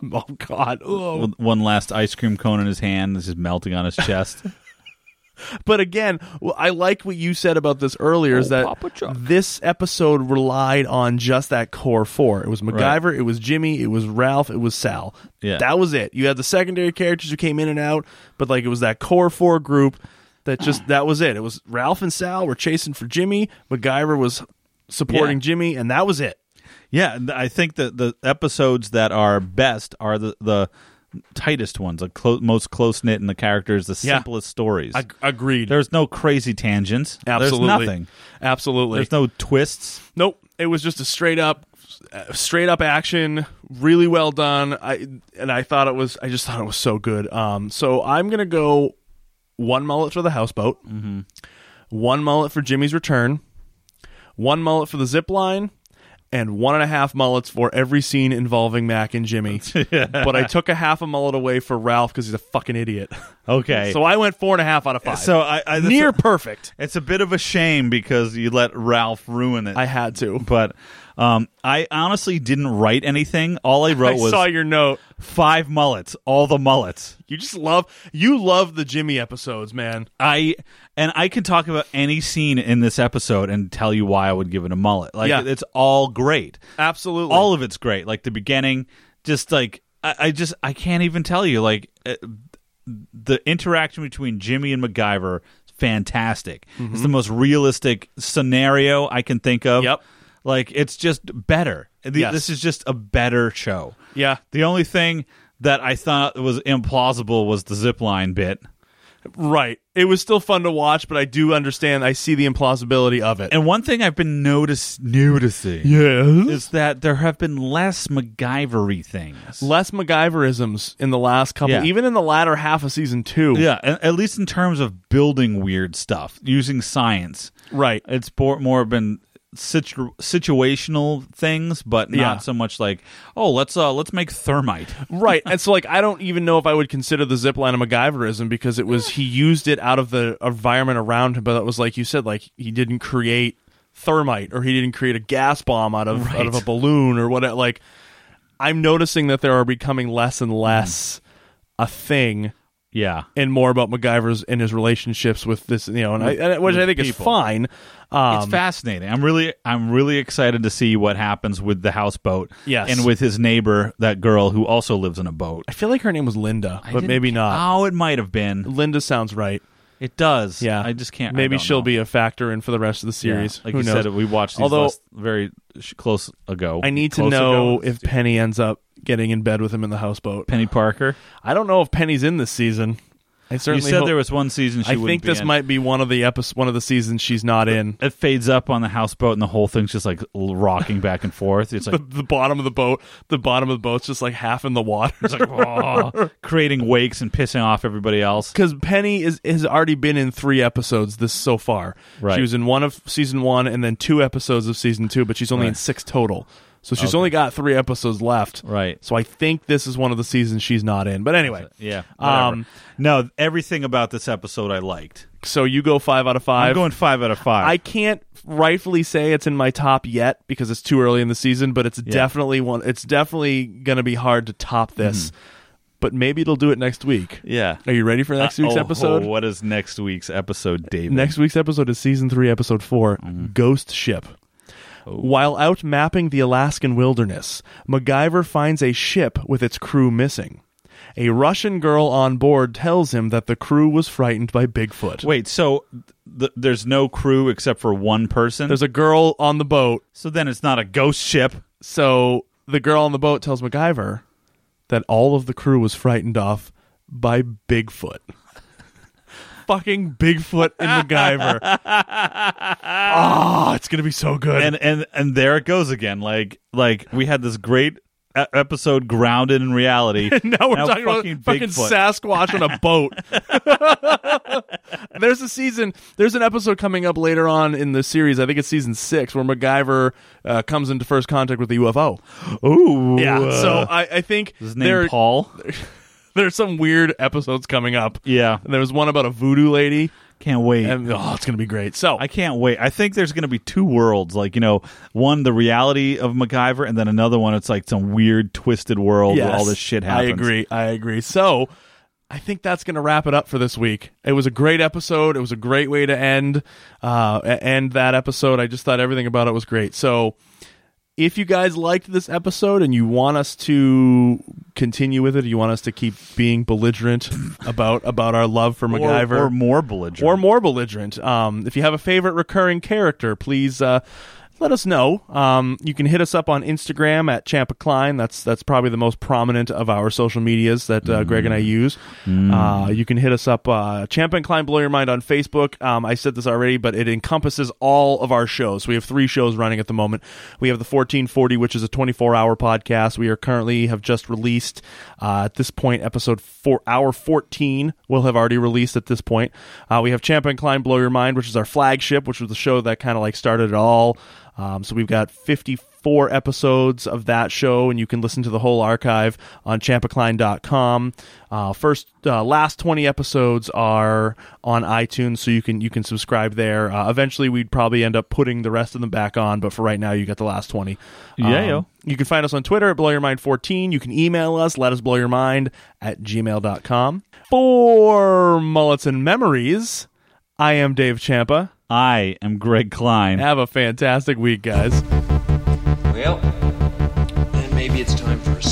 Speaker 8: Oh God. Oh.
Speaker 9: with one last ice cream cone in his hand. This is melting on his chest.
Speaker 8: But again, w- I like what you said about this earlier is that this episode relied on just that core four. It was MacGyver, it was Jimmy, it was Ralph, it was Sal.
Speaker 9: Yeah.
Speaker 8: That was it. You had the secondary characters who came in and out, but like it was that core four group that just that was it. It was Ralph and Sal were chasing for Jimmy, MacGyver was supporting
Speaker 9: Yeah.
Speaker 8: Jimmy, and that was it.
Speaker 9: Yeah, and I think that the episodes that are best are the the tightest ones, the clo- most close knit in the characters, the
Speaker 8: Yeah.
Speaker 9: simplest stories.
Speaker 8: agreed.
Speaker 9: There's no crazy tangents.
Speaker 8: Absolutely.
Speaker 9: There's nothing.
Speaker 8: Absolutely.
Speaker 9: There's no twists.
Speaker 8: Nope. It was just a straight up, uh, straight up action. Really well done. I and I thought it was. I just thought it was so good. Um. So I'm gonna go one mullet for the houseboat,
Speaker 9: Mm-hmm.
Speaker 8: one mullet for Jimmy's return, one mullet for the zip line. And one and a half mullets for every scene involving Mac and Jimmy. But I took a half a mullet away for Ralph because he's a fucking idiot.
Speaker 9: Okay.
Speaker 8: So I went four and a half out of five.
Speaker 9: So I, I that's
Speaker 8: near
Speaker 9: a-
Speaker 8: perfect.
Speaker 9: it's a bit of a shame because you let Ralph ruin it.
Speaker 8: I had to.
Speaker 9: but um, I honestly didn't write anything. All I
Speaker 8: I
Speaker 9: wrote was
Speaker 8: saw your note.
Speaker 9: five mullets, all the mullets.
Speaker 8: You just love you love the Jimmy episodes, man.
Speaker 9: I and I can talk about any scene in this episode and tell you why I would give it a mullet. Like
Speaker 8: Yeah.
Speaker 9: it's all great.
Speaker 8: Absolutely.
Speaker 9: All of it's great. Like the beginning, just like I, I just I can't even tell you. Like uh, the interaction between Jimmy and MacGyver, is fantastic. It's the most realistic scenario I can think of.
Speaker 8: Mm-hmm. Yep.
Speaker 9: Like it's just better. The-
Speaker 8: Yes.
Speaker 9: This is just a better show.
Speaker 8: yeah.
Speaker 9: The only thing that I thought was implausible was the zip line bit.
Speaker 8: Right. It was still fun to watch, but I do understand I see the implausibility of it.
Speaker 9: And one thing I've been notice noticing
Speaker 8: yeah.
Speaker 9: is that there have been less MacGyvery things.
Speaker 8: Less MacGyverisms in the last couple
Speaker 9: Yeah.
Speaker 8: even in the latter half of season two.
Speaker 9: yeah, a- at least in terms of building weird stuff using science.
Speaker 8: Right.
Speaker 9: It's more, more been situ- situational things, but not
Speaker 8: Yeah.
Speaker 9: so much like oh let's uh let's make thermite.
Speaker 8: right. And so like I don't even know if I would consider the zip line a MacGyverism because it was he used it out of the environment around him, but it was like you said, like he didn't create thermite or he didn't create a gas bomb out of out of a balloon or what like I'm noticing that there are becoming less and less a thing
Speaker 9: Yeah,
Speaker 8: and more about MacGyver's and his relationships with this, you know, and, I, and which I think is
Speaker 9: people.
Speaker 8: fine. Um,
Speaker 9: it's fascinating. I'm really I'm really excited to see what happens with the houseboat.
Speaker 8: Yes.
Speaker 9: and with his neighbor, that girl who also lives in a boat.
Speaker 8: I feel like her name was Linda,
Speaker 9: I
Speaker 8: but
Speaker 9: didn't-
Speaker 8: maybe not.
Speaker 9: Oh, it might have been.
Speaker 8: uh, Linda sounds right.
Speaker 9: It does.
Speaker 8: Yeah,
Speaker 9: I just can't. I
Speaker 8: Maybe
Speaker 9: don't
Speaker 8: she'll
Speaker 9: know.
Speaker 8: be a factor in for the rest of the series.
Speaker 9: Yeah, Like
Speaker 8: Who
Speaker 9: you
Speaker 8: knows?
Speaker 9: said, we watched these
Speaker 8: Although
Speaker 9: last very sh- close ago.
Speaker 8: I need to
Speaker 9: Close
Speaker 8: know
Speaker 9: ago.
Speaker 8: if Penny ends up getting in bed with him in the houseboat.
Speaker 9: Penny Parker.
Speaker 8: I don't know if Penny's in this season. I
Speaker 9: You
Speaker 8: certainly
Speaker 9: said
Speaker 8: hope-
Speaker 9: there was one season. She
Speaker 8: I
Speaker 9: wouldn't
Speaker 8: think
Speaker 9: be
Speaker 8: this
Speaker 9: in.
Speaker 8: might be one of the episodes, one of the seasons she's not in.
Speaker 9: It fades up on the houseboat, and the whole thing's just like l- rocking back and forth. It's like,
Speaker 8: The bottom of the boat, the bottom of the boat's just like half in the water.
Speaker 9: it's like "Aw," creating wakes and pissing off everybody else.
Speaker 8: because Penny is has already been in three episodes this so far.
Speaker 9: Right.
Speaker 8: She was in one of season one and then two episodes of season two, but she's only in
Speaker 9: Right.
Speaker 8: six total. So she's only got three episodes left.
Speaker 9: Right.
Speaker 8: So I think this is one of the seasons she's not in. But anyway,
Speaker 9: Yeah.
Speaker 8: Um,
Speaker 9: Um. No, everything about this episode I liked.
Speaker 8: so you go five out of 5
Speaker 9: I'm going five out of five.
Speaker 8: I can't rightfully say it's in my top yet because it's too early in the season, but it's definitely one. It's definitely going to be hard to top this. But maybe it'll do it next week.
Speaker 9: Mm-hmm. yeah.
Speaker 8: Are you ready for next week's
Speaker 9: Uh, oh,
Speaker 8: episode?
Speaker 9: oh, what is next week's episode, David?
Speaker 8: Next week's episode is season three, episode 4 Ghost Ship. While out mapping the Alaskan wilderness, MacGyver finds a ship with its crew missing. A Russian girl on board tells him that the crew was frightened by Bigfoot.
Speaker 9: Wait. So th- there's no crew except for one person.
Speaker 8: There's a girl on the boat,
Speaker 9: so then it's not a ghost ship.
Speaker 8: so the girl on the boat tells MacGyver that all of the crew was frightened off by Bigfoot. Fucking Bigfoot and MacGyver. Ah, it's gonna be so good.
Speaker 9: and and and there it goes again. Like like we had this great e- episode grounded in reality.
Speaker 8: now we're talking about fucking
Speaker 9: Bigfoot.
Speaker 8: Sasquatch on a boat. there's a season. There's an episode coming up later on in the series. I think it's season six where MacGyver uh, comes into first contact with the UFO.
Speaker 9: Ooh,
Speaker 8: Yeah.
Speaker 9: uh,
Speaker 8: so I, I think
Speaker 9: his name
Speaker 8: there
Speaker 9: Paul.
Speaker 8: there's some weird episodes coming up.
Speaker 9: Yeah,
Speaker 8: And there was one about a voodoo lady,
Speaker 9: can't wait.
Speaker 8: and oh, it's gonna be great. So
Speaker 9: I can't wait. I think there's going to be two worlds. Like you know, one the reality of MacGyver, and then another one. It's like some weird, twisted world
Speaker 8: yes,
Speaker 9: where all this shit
Speaker 8: I
Speaker 9: happens.
Speaker 8: agree. I agree. So I think that's going to wrap it up for this week. It was a great episode. It was a great way to end uh, e- end that episode. I just thought everything about it was great. So, if you guys liked this episode and you want us to continue with it, you want us to keep being belligerent about about our love for MacGyver
Speaker 9: Or, or more belligerent.
Speaker 8: or more belligerent. Um, if you have a favorite recurring character, please uh, let us know. Um, you can hit us up on Instagram at Champa Klein. That's that's probably the most prominent of our social medias that uh, Greg and I use. Uh, you can hit us up uh, Champa and Klein Blow Your Mind on Facebook. Um, I said this already, but it encompasses all of our shows. We have three shows running at the moment. We have the 1440, which is a 24 hour podcast. We are currently have just released uh, at this point episode four hour 14 will have already released at this point. Uh, we have Champa and Klein Blow Your Mind, which is our flagship, which was the show that kind of like started it all. Um, so we've got 54 episodes of that show, and you can listen to the whole archive on champacline.com. Uh, first, uh, last 20 episodes are on iTunes, so you can you can subscribe there. Uh, eventually, we'd probably end up putting the rest of them back on, but for right now, you got the last Um, 20.
Speaker 9: Yeah, yo.
Speaker 8: You can find us on Twitter at blowyourmind14. You can email us, let us blow your mind at gmail.com. For Mullets and Memories, I am Dave Champa.
Speaker 9: I am Greg Klein.
Speaker 8: Have a fantastic week, guys.
Speaker 7: Well, then maybe it's time for a